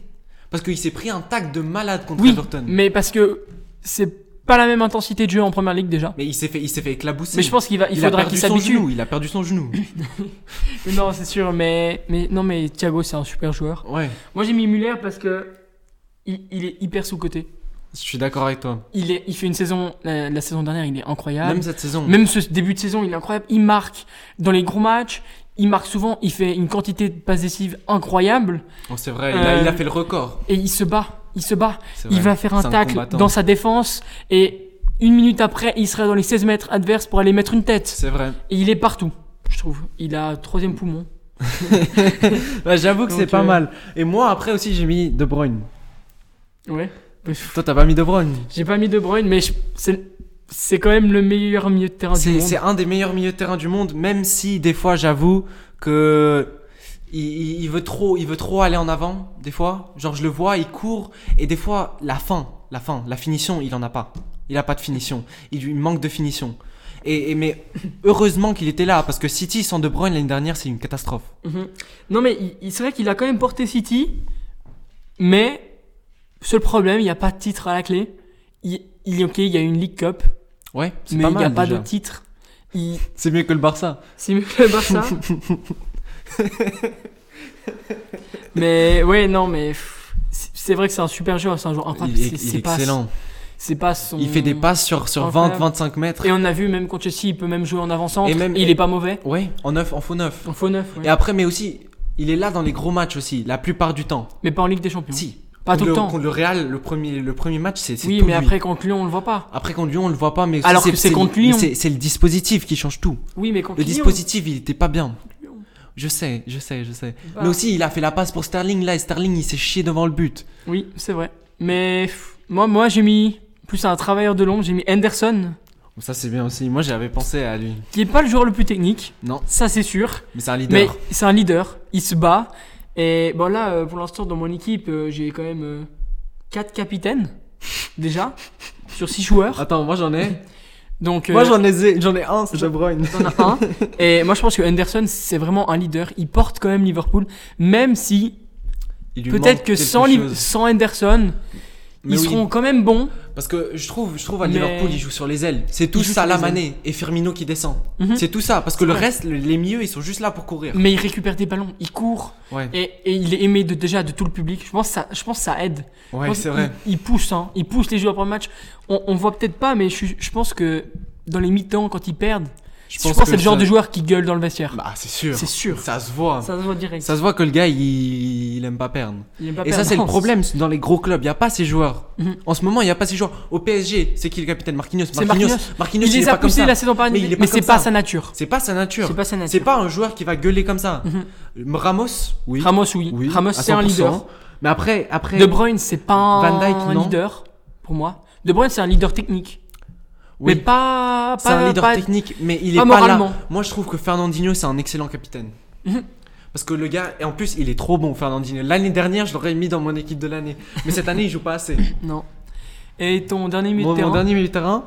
Speaker 2: Parce qu'il s'est pris un tac de malade contre
Speaker 1: Oui,
Speaker 2: Everton. Mais,
Speaker 1: mais parce que c'est pas la même intensité de jeu en première ligue déjà.
Speaker 2: il s'est fait, il s'est fait éclabousser.
Speaker 1: Mais je pense qu'il va, il,
Speaker 2: a
Speaker 1: faudra
Speaker 2: perdu
Speaker 1: qu'il
Speaker 2: son
Speaker 1: s'habitue.
Speaker 2: genou. Il a perdu son genou.
Speaker 1: Non, c'est sûr, mais, mais non, mais Thiago, c'est un super joueur.
Speaker 2: ouais,
Speaker 1: Moi, j'ai mis Muller parce que il, il est hyper sous-côté.
Speaker 2: je suis d'accord avec toi.
Speaker 1: Il, est- il fait une saison, la, la saison dernière, il est incroyable.
Speaker 2: Même
Speaker 1: Même,
Speaker 2: cette saison.
Speaker 1: ce début de saison, il est incroyable. Il marque dans les gros matchs. Il marque souvent, il fait une quantité de passes décisives incroyable
Speaker 2: Oh, c'est vrai, il a,
Speaker 1: Euh,
Speaker 2: il a fait le record.
Speaker 1: et il se bat, il se bat.
Speaker 2: C'est
Speaker 1: Il
Speaker 2: vrai.
Speaker 1: va faire un
Speaker 2: C'est
Speaker 1: tacle
Speaker 2: combattant.
Speaker 1: dans sa défense et une minute après, il sera dans les 16 mètres adverses pour aller mettre une tête.
Speaker 2: C'est vrai.
Speaker 1: Et il est partout, je trouve. Il a un troisième poumon.
Speaker 2: Bah, J'avoue que c'est
Speaker 1: Donc,
Speaker 2: pas
Speaker 1: euh,
Speaker 2: mal. Et moi, après aussi, j'ai mis De Bruyne.
Speaker 1: Ouais.
Speaker 2: Toi, t'as pas mis De Bruyne
Speaker 1: J'ai pas mis De Bruyne, mais je- c'est c'est quand même le meilleur milieu de terrain du
Speaker 2: C'est
Speaker 1: monde.
Speaker 2: c'est un des meilleurs milieux de terrain du monde, même si des fois, j'avoue que il, il- il veut trop, il veut trop aller en avant. Des fois, genre je le vois, il court et des fois la fin, la fin, la finition, il en a pas. Il a pas de finition. Il lui manque de finition. Et, et- mais heureusement qu'il était là parce que City sans De Bruyne l'année dernière, c'est une catastrophe.
Speaker 1: Mhm. Non, mais il- il- c'est vrai qu'il a quand même porté City, mais seul problème, il n'y a pas de titre à la clé. Il, il est ok, il y a une League Cup,
Speaker 2: Ouais, c'est
Speaker 1: mais
Speaker 2: pas
Speaker 1: il n'y a
Speaker 2: mal.
Speaker 1: pas
Speaker 2: déjà.
Speaker 1: de titre. Il-
Speaker 2: C'est mieux que le Barça.
Speaker 1: C'est mieux que le Barça. mais ouais, non, mais pff, c'est c'est vrai que c'est un super joueur, c'est un joueur incroyable.
Speaker 2: Il est,
Speaker 1: Ah, c'est-
Speaker 2: il est
Speaker 1: c'est pas-
Speaker 2: excellent.
Speaker 1: C'est pas son.
Speaker 2: Il fait des passes sur, sur
Speaker 1: Incroyable.
Speaker 2: 20-25 mètres.
Speaker 1: Et on a vu même contre Chelsea, il peut même jouer en avançant.
Speaker 2: Et
Speaker 1: Et
Speaker 2: même-
Speaker 1: il est pas mauvais.
Speaker 2: Ouais, en neuf, en faux neuf.
Speaker 1: En faux neuf, ouais.
Speaker 2: Et après, mais aussi, il est là dans les gros matchs aussi, la plupart du temps.
Speaker 1: mais pas en Ligue des Champions.
Speaker 2: Si.
Speaker 1: Pas tout
Speaker 2: Contre
Speaker 1: le temps.
Speaker 2: Contre le Real, le premier, le premier match, c'est c'est
Speaker 1: Oui,
Speaker 2: tout
Speaker 1: mais
Speaker 2: lui.
Speaker 1: après contre Lyon, on le voit pas.
Speaker 2: Après contre Lyon, on le voit pas, mais
Speaker 1: Alors que c'est contre Lyon.
Speaker 2: mais C'est c'est le dispositif qui change tout.
Speaker 1: Oui, mais contre
Speaker 2: Le
Speaker 1: Lyon.
Speaker 2: dispositif, il était pas bien.
Speaker 1: Lyon.
Speaker 2: Je sais, je sais, je sais.
Speaker 1: Bah.
Speaker 2: Mais aussi, il a fait la passe pour Sterling là, et Sterling, il s'est chié devant le but.
Speaker 1: Oui, c'est vrai. Mais pff, moi, moi j'ai mis plus un travailleur de l'ombre, j'ai mis Henderson,
Speaker 2: Ça, c'est bien aussi. Moi, j'avais pensé à lui.
Speaker 1: qui est pas le joueur le plus technique,
Speaker 2: Non,
Speaker 1: ça c'est sûr.
Speaker 2: mais c'est un
Speaker 1: Mais
Speaker 2: leader.
Speaker 1: c'est un leader, il se bat. Et bon là, euh, pour l'instant, dans mon équipe, euh, j'ai quand même euh, quatre capitaines déjà sur six joueurs.
Speaker 2: Attends, moi j'en ai.
Speaker 1: Donc euh,
Speaker 2: ai, Ah. j'en ai un, c'est De Bruyne.
Speaker 1: t'en as un. Et moi, je pense que Henderson, c'est vraiment un leader. Il porte quand même Liverpool, même si
Speaker 2: Il lui manque
Speaker 1: peut-être que
Speaker 2: quelque
Speaker 1: sans, Liv-
Speaker 2: chose.
Speaker 1: sans Henderson,
Speaker 2: Mais
Speaker 1: ils
Speaker 2: oui.
Speaker 1: seront quand même bons.
Speaker 2: Parce que je trouve, je trouve à
Speaker 1: Mais-
Speaker 2: Liverpool, ils jouent sur les ailes. C'est tout
Speaker 1: jouent sur
Speaker 2: ça, la
Speaker 1: les ailes.
Speaker 2: Mané et Firmino qui descend.
Speaker 1: Mhm.
Speaker 2: C'est tout ça. Parce que le
Speaker 1: Ouais.
Speaker 2: reste, le- les milieux, ils sont juste là pour courir.
Speaker 1: Mais il récupère des ballons, il court
Speaker 2: Ouais,
Speaker 1: et, et il est aimé de, déjà de tout le public. Je pense que ça, je pense que ça aide. Je
Speaker 2: ouais
Speaker 1: pense
Speaker 2: c'est
Speaker 1: qu'il-
Speaker 2: vrai.
Speaker 1: Il, pousse, hein. il pousse les joueurs pour le match. On, on voit peut-être pas, mais je, suis- je pense que dans les mi-temps, quand ils perdent, je pense, que c'est le genre
Speaker 2: ça-
Speaker 1: de joueur qui gueule dans le vestiaire.
Speaker 2: Bah, c'est sûr.
Speaker 1: c'est sûr.
Speaker 2: Ça se voit.
Speaker 1: Ça se voit direct.
Speaker 2: Ça se voit que le gars, il, il aime pas perdre.
Speaker 1: Il aime pas
Speaker 2: Et ça,
Speaker 1: perdre.
Speaker 2: c'est le problème c'est dans les gros clubs. Il n'y a pas ces joueurs.
Speaker 1: Mhm.
Speaker 2: En ce moment, il n'y a pas ces joueurs. Au PSG, c'est qui le capitaine Marquinhos
Speaker 1: C'est Marquinhos.
Speaker 2: Marquinhos,
Speaker 1: Il
Speaker 2: il est
Speaker 1: les a
Speaker 2: pas comme
Speaker 1: poussés
Speaker 2: ça.
Speaker 1: la saison
Speaker 2: Mais il est
Speaker 1: dernière,
Speaker 2: pas
Speaker 1: mais c'est
Speaker 2: comme
Speaker 1: pas
Speaker 2: ça.
Speaker 1: sa nature.
Speaker 2: C'est pas sa nature.
Speaker 1: C'est pas sa
Speaker 2: C'est
Speaker 1: nature.
Speaker 2: pas un joueur qui va gueuler comme ça.
Speaker 1: Mhm.
Speaker 2: Ramos, oui. Ah,
Speaker 1: Ramos, oui.
Speaker 2: Oui,
Speaker 1: Ramos,
Speaker 2: à
Speaker 1: c'est un
Speaker 2: 100%.
Speaker 1: leader.
Speaker 2: Mais après, après.
Speaker 1: De Bruyne, c'est pas un,
Speaker 2: Van Dijk, non.
Speaker 1: leader pour moi. De Bruyne, c'est un leader technique,
Speaker 2: oui.
Speaker 1: mais pas
Speaker 2: C'est
Speaker 1: pas,
Speaker 2: un leader
Speaker 1: pas-
Speaker 2: technique, mais il est
Speaker 1: pas
Speaker 2: pas,
Speaker 1: moralement.
Speaker 2: là. Moi, je trouve que Fernandinho, c'est un excellent capitaine.
Speaker 1: Mhm.
Speaker 2: Parce que le gars, et en plus, il est trop bon, Fernandinho. L'année dernière, je l'aurais mis dans mon équipe de l'année. Mais cette année, il joue pas assez.
Speaker 1: Non. Et ton dernier milieu
Speaker 2: Mon,
Speaker 1: de
Speaker 2: mon
Speaker 1: terrain
Speaker 2: dernier milieu de terrain,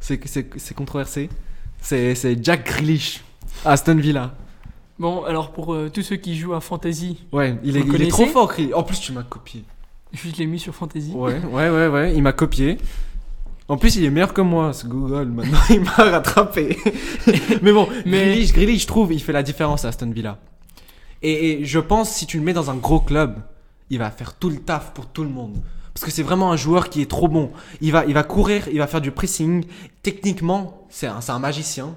Speaker 2: c'est c'est- c'est controversé. C'est c'est Jack Grealish, Aston Villa.
Speaker 1: Bon, alors pour euh, tous ceux qui jouent à Fantasy,
Speaker 2: Ouais, il est,
Speaker 1: Vous le
Speaker 2: il est trop
Speaker 1: connaissez
Speaker 2: fort, Grealish. En plus, tu m'as copié.
Speaker 1: je l'ai mis sur Fantasy.
Speaker 2: Ouais, ouais, ouais, ouais, il m'a copié. En plus, il est meilleur que moi, ce Google. Maintenant, il m'a rattrapé. Mais bon,
Speaker 1: Mais-
Speaker 2: Grealish, Grealish, je trouve, il fait la différence à Aston Villa. Et, et je pense, si tu le mets dans un gros club, il va faire tout le taf pour tout le monde. Parce que c'est vraiment un joueur qui est trop bon. Il va, il va courir, il va faire du pressing. Techniquement, c'est un, c'est un magicien.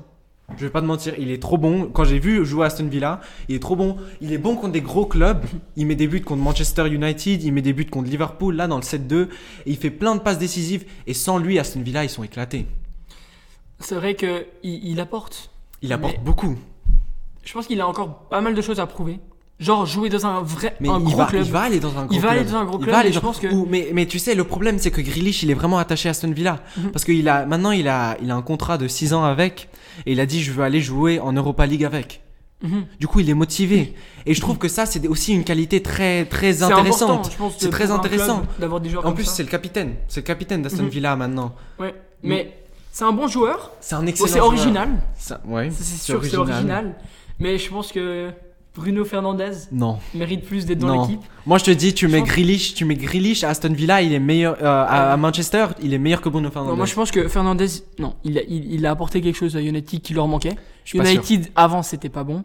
Speaker 2: Je vais pas te mentir, il est trop bon. Quand j'ai vu jouer à Aston Villa, il est trop bon. Il est bon contre des gros clubs. Il met des buts contre Manchester United, il met des buts contre Liverpool, là dans le 7-2. Et il fait plein de passes décisives. Et sans lui, Aston Villa, ils sont éclatés.
Speaker 1: C'est vrai que il, il apporte.
Speaker 2: Il apporte
Speaker 1: Mais-
Speaker 2: beaucoup.
Speaker 1: Je pense qu'il a encore pas mal de choses à prouver. Genre jouer dans un vrai
Speaker 2: Mais
Speaker 1: un
Speaker 2: il,
Speaker 1: gros
Speaker 2: va,
Speaker 1: club.
Speaker 2: il va aller dans un gros
Speaker 1: Il
Speaker 2: club.
Speaker 1: va aller dans un gros
Speaker 2: Il
Speaker 1: club,
Speaker 2: va aller
Speaker 1: et je
Speaker 2: dans-
Speaker 1: pense que-
Speaker 2: Ou- mais, mais tu sais, le problème, c'est que Grealish, il est vraiment attaché à Aston Villa.
Speaker 1: Mhm.
Speaker 2: Parce qu'il a, maintenant, il a, il a un contrat de 6 ans avec. Et il a dit, je veux aller jouer en Europa League avec.
Speaker 1: Mhm.
Speaker 2: Du coup, il est motivé. Et je trouve que ça, c'est aussi une qualité très, très
Speaker 1: C'est important,
Speaker 2: intéressante.
Speaker 1: je pense, de-
Speaker 2: C'est très
Speaker 1: pour un
Speaker 2: intéressant.
Speaker 1: club D'avoir des joueurs
Speaker 2: En
Speaker 1: comme
Speaker 2: plus,
Speaker 1: ça.
Speaker 2: c'est le capitaine. C'est le capitaine d'Aston
Speaker 1: Mhm.
Speaker 2: Villa maintenant.
Speaker 1: Ouais. Mais c'est un bon joueur.
Speaker 2: C'est un
Speaker 1: Bon,
Speaker 2: excellent.
Speaker 1: c'est
Speaker 2: joueur.
Speaker 1: original.
Speaker 2: Ça- ouais,
Speaker 1: C'est c'est sûr que c'est original. Mais je pense que Bruno Fernandez
Speaker 2: Non.
Speaker 1: mérite plus d'être dans
Speaker 2: Non.
Speaker 1: l'équipe.
Speaker 2: Moi, je te dis, tu
Speaker 1: Je
Speaker 2: mets
Speaker 1: pense- Ah.
Speaker 2: Grealish, tu mets Grealish à Aston Villa, il est meilleur. euh, à, à Manchester, il est meilleur que Bruno Fernandes.
Speaker 1: Non, moi je pense que Fernandez, non, il a, il, il a apporté quelque chose à United qui leur manquait.
Speaker 2: Je suis pas sûr.
Speaker 1: United avant c'était pas bon.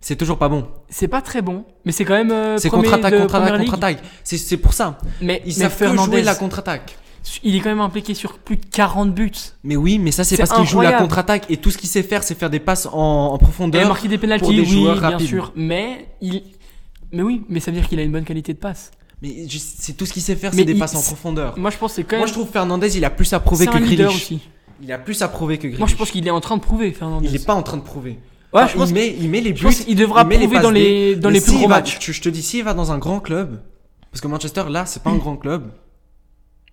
Speaker 2: C'est toujours pas bon.
Speaker 1: C'est pas très bon, mais c'est quand même. euh,
Speaker 2: C'est
Speaker 1: premier
Speaker 2: contre-attaque,
Speaker 1: de
Speaker 2: contre-attaque,
Speaker 1: Première League.
Speaker 2: contre-attaque. C'est c'est pour ça.
Speaker 1: Mais,
Speaker 2: Ils
Speaker 1: mais
Speaker 2: savent que
Speaker 1: Fernandez,
Speaker 2: jouer la contre-attaque.
Speaker 1: il est quand même impliqué sur plus de 40 buts.
Speaker 2: Mais oui, mais ça, c'est
Speaker 1: C'est
Speaker 2: parce qu'ils jouent la
Speaker 1: incroyable.
Speaker 2: contre-attaque et tout ce qu'il sait faire, c'est faire des passes en, en
Speaker 1: Il a
Speaker 2: profondeur.
Speaker 1: marqué des pénaltys,
Speaker 2: des
Speaker 1: oui,
Speaker 2: joueurs
Speaker 1: bien
Speaker 2: rapides.
Speaker 1: sûr. Mais il. Mais oui, mais ça veut dire qu'il a une bonne qualité de passe.
Speaker 2: Mais je- c'est tout ce qu'il sait faire,
Speaker 1: Mais
Speaker 2: c'est des
Speaker 1: il-
Speaker 2: passes en
Speaker 1: c'est-
Speaker 2: profondeur.
Speaker 1: Moi je pense que c'est quand
Speaker 2: Moi,
Speaker 1: même.
Speaker 2: je trouve Fernandez, il a plus à prouver
Speaker 1: c'est
Speaker 2: que
Speaker 1: un leader
Speaker 2: Grealish.
Speaker 1: aussi.
Speaker 2: Il a plus à prouver que Grealish.
Speaker 1: Moi je pense qu'il est en train de prouver Fernandez.
Speaker 2: Il est pas en train de prouver.
Speaker 1: Ouais,
Speaker 2: Enfin,
Speaker 1: je pense
Speaker 2: il, met, il met les buts.
Speaker 1: Je pense qu'il devra
Speaker 2: il met les
Speaker 1: prouver
Speaker 2: passes
Speaker 1: dans
Speaker 2: D.
Speaker 1: les, dans
Speaker 2: Mais
Speaker 1: les plus
Speaker 2: s'il
Speaker 1: gros
Speaker 2: va-
Speaker 1: matchs.
Speaker 2: tu- je te dis, s'il va dans un grand club, parce que Manchester, là, c'est pas un grand club.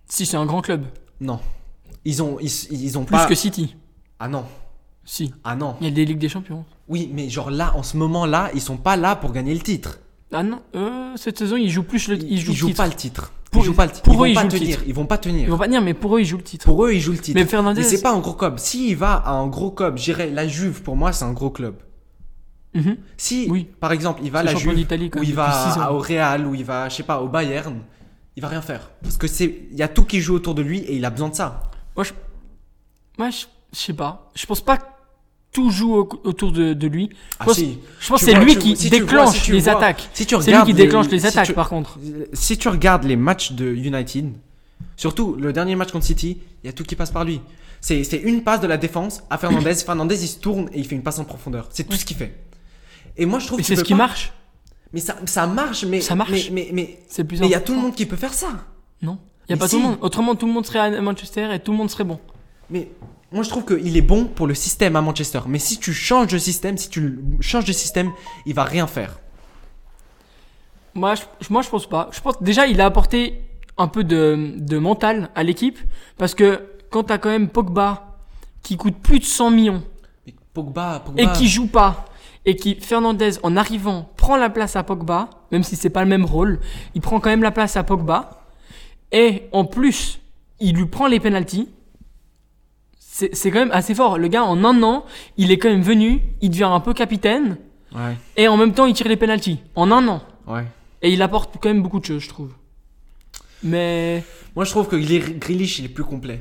Speaker 1: Si c'est un grand club,
Speaker 2: Non. Ils ont, ils, ils ont
Speaker 1: plus
Speaker 2: pas.
Speaker 1: que City.
Speaker 2: Ah non.
Speaker 1: Si,
Speaker 2: Ah non.
Speaker 1: il y a des Ligues des Champions.
Speaker 2: Oui, mais genre là, en ce moment-là, ils sont pas là pour gagner le titre.
Speaker 1: Ah non, euh, cette saison ils jouent plus le, ils jouent, le titre.
Speaker 2: pas le titre.
Speaker 1: Pour-
Speaker 2: ils jouent pas le titre.
Speaker 1: pour
Speaker 2: ils vont
Speaker 1: eux, ils
Speaker 2: pas
Speaker 1: jouent le
Speaker 2: tenir.
Speaker 1: titre.
Speaker 2: Ils vont pas tenir.
Speaker 1: Ils vont pas tenir, mais pour eux ils jouent le titre.
Speaker 2: Pour eux, ils jouent le titre.
Speaker 1: Mais Fernandez-
Speaker 2: Mais c'est pas un gros club. S'il va à un gros club, j'irai la Juve. Pour moi, c'est un gros club.
Speaker 1: Mhm.
Speaker 2: Si,
Speaker 1: Oui.
Speaker 2: par exemple, il va à
Speaker 1: C'est
Speaker 2: la
Speaker 1: champion
Speaker 2: Juve,
Speaker 1: d'Italie, quand
Speaker 2: ou
Speaker 1: même,
Speaker 2: il va
Speaker 1: depuis six ans.
Speaker 2: à- au Real, ou il va, je sais pas, au Bayern, il va rien faire. Parce que c'est, il y a tout qui joue autour de lui et il a besoin de ça.
Speaker 1: Moi, je... Moi, je... je sais pas. Je pense pas que tout joue au- autour de, de lui. Je
Speaker 2: Ah,
Speaker 1: pense,
Speaker 2: si.
Speaker 1: je pense
Speaker 2: Tu
Speaker 1: que c'est
Speaker 2: vois,
Speaker 1: lui
Speaker 2: tu-
Speaker 1: qui
Speaker 2: si tu vois,
Speaker 1: déclenche
Speaker 2: si tu
Speaker 1: les
Speaker 2: vois,
Speaker 1: attaques.
Speaker 2: Si tu
Speaker 1: C'est lui
Speaker 2: regardes
Speaker 1: qui
Speaker 2: les-
Speaker 1: déclenche les
Speaker 2: si
Speaker 1: attaques,
Speaker 2: tu- Oh,
Speaker 1: par contre.
Speaker 2: Si tu regardes les matchs de United, surtout le dernier match contre City, il y a tout qui passe par lui. C'est c'est une passe de la défense à Fernandez. Fernandez, il se tourne et il fait une passe en profondeur. C'est tout ce qu'il fait. Et moi, je trouve
Speaker 1: Et
Speaker 2: que
Speaker 1: c'est
Speaker 2: tu
Speaker 1: ce
Speaker 2: peux
Speaker 1: qui
Speaker 2: pas-
Speaker 1: marche.
Speaker 2: Mais ça, ça marche, mais.
Speaker 1: Ça marche.
Speaker 2: Mais, mais, mais,
Speaker 1: C'est le plus
Speaker 2: mais il y a
Speaker 1: important.
Speaker 2: tout le monde qui peut faire ça.
Speaker 1: Non. Il y a
Speaker 2: Mais
Speaker 1: pas tout
Speaker 2: si.
Speaker 1: le monde. Autrement, tout le monde serait à Manchester et tout le monde serait bon.
Speaker 2: Mais moi, je trouve qu'il est bon pour le système à Manchester. Mais si tu changes de système, si tu le- changes de système, il va rien faire.
Speaker 1: Moi, je, je- moi, je pense pas. Je pense déjà, il a apporté un peu de, de mental à l'équipe parce que quand t'as quand même Pogba qui coûte plus de 100 millions
Speaker 2: Mais Pogba, Pogba.
Speaker 1: et qui joue pas et qui Fernandez en arrivant prend la place à Pogba, même si c'est pas le même rôle, il prend quand même la place à Pogba et en plus il lui prend les pénalties. C'est c'est quand même assez fort. Le gars en un an, il est quand même venu, il devient un peu capitaine
Speaker 2: Ouais,
Speaker 1: et en même temps il tire les pénalties en un an
Speaker 2: ouais.
Speaker 1: et il apporte quand même beaucoup de choses, je trouve. Mais
Speaker 2: Moi, je trouve que Gri- Grealish, il est plus complet.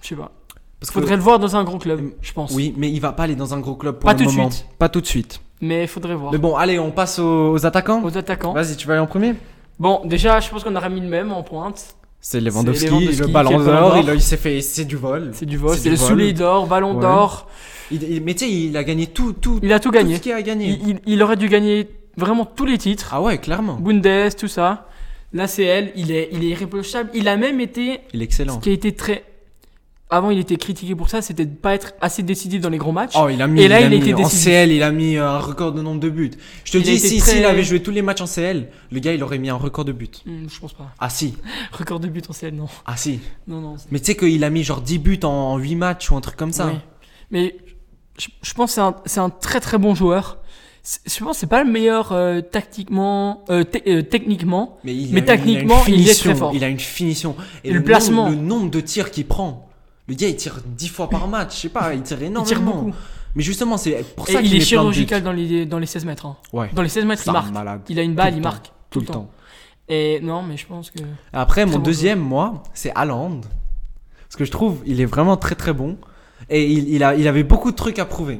Speaker 1: je sais pas.
Speaker 2: Parce que-
Speaker 1: Faudrait le voir dans un gros club,
Speaker 2: Euh,
Speaker 1: je pense.
Speaker 2: Oui, mais il va pas aller dans un gros club pour
Speaker 1: Pas
Speaker 2: le
Speaker 1: tout de
Speaker 2: moment.
Speaker 1: suite.
Speaker 2: Pas tout de suite.
Speaker 1: Mais faudrait voir.
Speaker 2: Mais bon, allez, on passe aux, aux attaquants.
Speaker 1: Aux attaquants.
Speaker 2: Vas-y, tu vas aller en premier
Speaker 1: Bon, déjà, je pense qu'on aurait mis le même en pointe.
Speaker 2: C'est Lewandowski,
Speaker 1: Lewandowski,
Speaker 2: le
Speaker 1: qui
Speaker 2: ballon
Speaker 1: est le Ballon
Speaker 2: d'or.
Speaker 1: d'Or.
Speaker 2: Il, a- il s'est fait, c'est du vol.
Speaker 1: C'est du vol,
Speaker 2: C'est
Speaker 1: c'est
Speaker 2: du
Speaker 1: le
Speaker 2: vol.
Speaker 1: soulier d'or, ballon
Speaker 2: Ouais.
Speaker 1: d'or.
Speaker 2: Il, il- mais tu sais, il a gagné tout, tout,
Speaker 1: Il a tout
Speaker 2: tout
Speaker 1: gagné.
Speaker 2: ce qu'il a gagné.
Speaker 1: Il, il- il aurait dû gagner vraiment tous les titres.
Speaker 2: Ah ouais, clairement.
Speaker 1: Bundes, tout ça. L'ACL, il est, il est irréprochable. Il a même été.
Speaker 2: Il est
Speaker 1: Ce
Speaker 2: excellent.
Speaker 1: qui a été très. Avant, il était critiqué pour ça, c'était de pas être assez décidé dans les gros matchs.
Speaker 2: Oh, il a mis,
Speaker 1: Et là,
Speaker 2: a
Speaker 1: il a
Speaker 2: mis-
Speaker 1: été
Speaker 2: en
Speaker 1: décisif.
Speaker 2: CL, il a mis euh, un record de nombre de buts. Je te
Speaker 1: Il a
Speaker 2: dis,
Speaker 1: été
Speaker 2: si,
Speaker 1: très-
Speaker 2: s'il avait joué tous les matchs en CL, le gars, il aurait mis un record de buts.
Speaker 1: Hmm, je pense pas.
Speaker 2: Ah si,
Speaker 1: Record de but en CL, non.
Speaker 2: ah si.
Speaker 1: Non, non. c'est-
Speaker 2: Mais tu sais qu'il a mis genre 10 buts en 8 matchs ou un truc comme ça.
Speaker 1: Oui. Mais je, je pense que c'est un, c'est un très très bon joueur. C'est- Je pense que c'est pas le meilleur euh, tactiquement, euh, te- euh, techniquement.
Speaker 2: Mais, il
Speaker 1: Mais
Speaker 2: a-
Speaker 1: techniquement,
Speaker 2: il, a une
Speaker 1: il est très
Speaker 2: finition,
Speaker 1: fort.
Speaker 2: Il a une finition.
Speaker 1: Et le placement.
Speaker 2: nombre- le nombre de tirs qu'il prend. Le gars, il tire 10 fois par match. Je sais pas, il tire énormément.
Speaker 1: il tire beaucoup.
Speaker 2: Mais justement, c'est pour
Speaker 1: Et
Speaker 2: ça qu'il
Speaker 1: il est
Speaker 2: met plein de buts.
Speaker 1: chirurgical dans les, dans les 16 mètres. hein.
Speaker 2: Ouais.
Speaker 1: Dans les 16 mètres,
Speaker 2: C'est un
Speaker 1: il marque.
Speaker 2: malade.
Speaker 1: Il a une
Speaker 2: Tout
Speaker 1: balle,
Speaker 2: le
Speaker 1: il
Speaker 2: temps.
Speaker 1: marque.
Speaker 2: Tout le temps.
Speaker 1: Et non, mais je pense que.
Speaker 2: Après,
Speaker 1: Très
Speaker 2: mon
Speaker 1: bon
Speaker 2: deuxième, moi, c'est Haaland. Parce que je trouve, il est vraiment très très bon. Et il, il a, il avait beaucoup de trucs à prouver.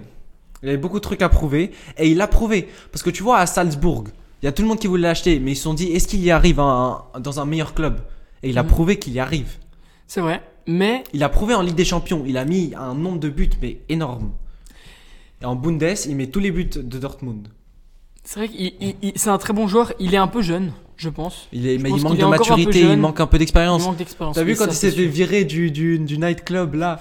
Speaker 2: Il avait beaucoup de trucs à prouver. Et il l'a prouvé. Parce que tu vois, à Salzbourg, il y a tout le monde qui voulait l'acheter. Mais ils se sont dit, est-ce qu'il y arrive à un- dans un meilleur club Et il a
Speaker 1: Mhm.
Speaker 2: prouvé qu'il y arrive.
Speaker 1: C'est vrai. Mais
Speaker 2: Il a prouvé en Ligue des Champions. Il a mis un nombre de buts, mais énorme. Et en Bundes, il met tous les buts de Dortmund.
Speaker 1: c'est vrai qu'il il- il- c'est un très bon joueur. Il est un peu jeune, je pense.
Speaker 2: Il est, mais
Speaker 1: pense
Speaker 2: il manque
Speaker 1: qu'il est
Speaker 2: de
Speaker 1: encore un peu
Speaker 2: maturité, il
Speaker 1: jeune.
Speaker 2: manque un peu
Speaker 1: Il
Speaker 2: d'expérience.
Speaker 1: manque d'expérience.
Speaker 2: T'as vu
Speaker 1: Oui,
Speaker 2: quand
Speaker 1: ça,
Speaker 2: il
Speaker 1: c'est
Speaker 2: s'est fait
Speaker 1: sûr.
Speaker 2: virer du, du, du nightclub là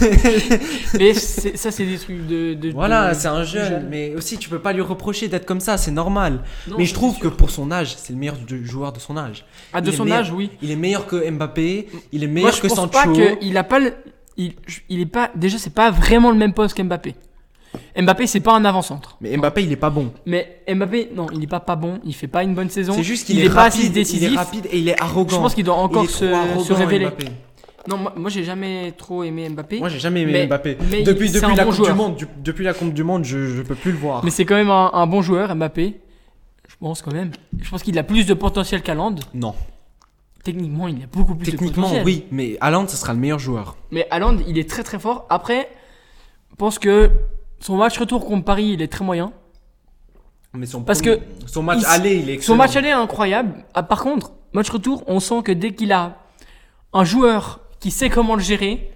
Speaker 1: Mais c'est- ça, c'est des trucs de. de-
Speaker 2: Voilà,
Speaker 1: de-
Speaker 2: c'est un jeune,
Speaker 1: jeune.
Speaker 2: mais aussi tu peux pas lui reprocher d'être comme ça, c'est normal.
Speaker 1: Non,
Speaker 2: mais je
Speaker 1: c'est
Speaker 2: trouve que
Speaker 1: sûr.
Speaker 2: pour son âge, c'est le meilleur du- joueur de son âge.
Speaker 1: Ah, de
Speaker 2: il est
Speaker 1: son
Speaker 2: meilleur.
Speaker 1: âge, oui.
Speaker 2: Il est meilleur que Mbappé, il est
Speaker 1: Moi,
Speaker 2: meilleur
Speaker 1: je
Speaker 2: que
Speaker 1: pense
Speaker 2: Sancho.
Speaker 1: pas que il a pas le- il, il est pas déjà c'est pas vraiment le même poste qu'Mbappé. Mbappé c'est pas un avant-centre.
Speaker 2: Mais Mbappé, il est pas bon.
Speaker 1: Mais Mbappé non, il est pas pas bon, il fait pas une bonne saison.
Speaker 2: C'est juste qu'il
Speaker 1: il
Speaker 2: est,
Speaker 1: pas
Speaker 2: rapide,
Speaker 1: assez décisif.
Speaker 2: il est rapide et il est arrogant.
Speaker 1: Je pense qu'il doit
Speaker 2: Il est
Speaker 1: encore
Speaker 2: trop
Speaker 1: se,
Speaker 2: arrogant,
Speaker 1: se révéler.
Speaker 2: Mbappé.
Speaker 1: Non, moi, moi, j'ai jamais trop aimé Mbappé.
Speaker 2: Moi, j'ai jamais aimé
Speaker 1: Mais-
Speaker 2: Mbappé.
Speaker 1: mais il-
Speaker 2: depuis
Speaker 1: c'est
Speaker 2: depuis
Speaker 1: un
Speaker 2: la
Speaker 1: bon
Speaker 2: Coupe du
Speaker 1: joueur.
Speaker 2: Monde, du- depuis la Coupe du Monde, je, je peux plus le voir.
Speaker 1: mais c'est quand même un, un bon joueur Mbappé. Je pense quand même. Je pense qu'il a plus de potentiel qu'Haaland.
Speaker 2: Non.
Speaker 1: Techniquement, il a beaucoup plus de
Speaker 2: Techniquement,
Speaker 1: potentiel.
Speaker 2: oui, mais Haaland, ce sera le meilleur joueur.
Speaker 1: Mais Haaland, il est très très fort. Après, je pense que son match retour contre Paris, il est très moyen.
Speaker 2: Mais son
Speaker 1: Parce
Speaker 2: premier- son match
Speaker 1: il-
Speaker 2: aller, il est excellent.
Speaker 1: Son match aller est incroyable. Ah, par contre, match retour, on sent que dès qu'il a un joueur qui sait comment le gérer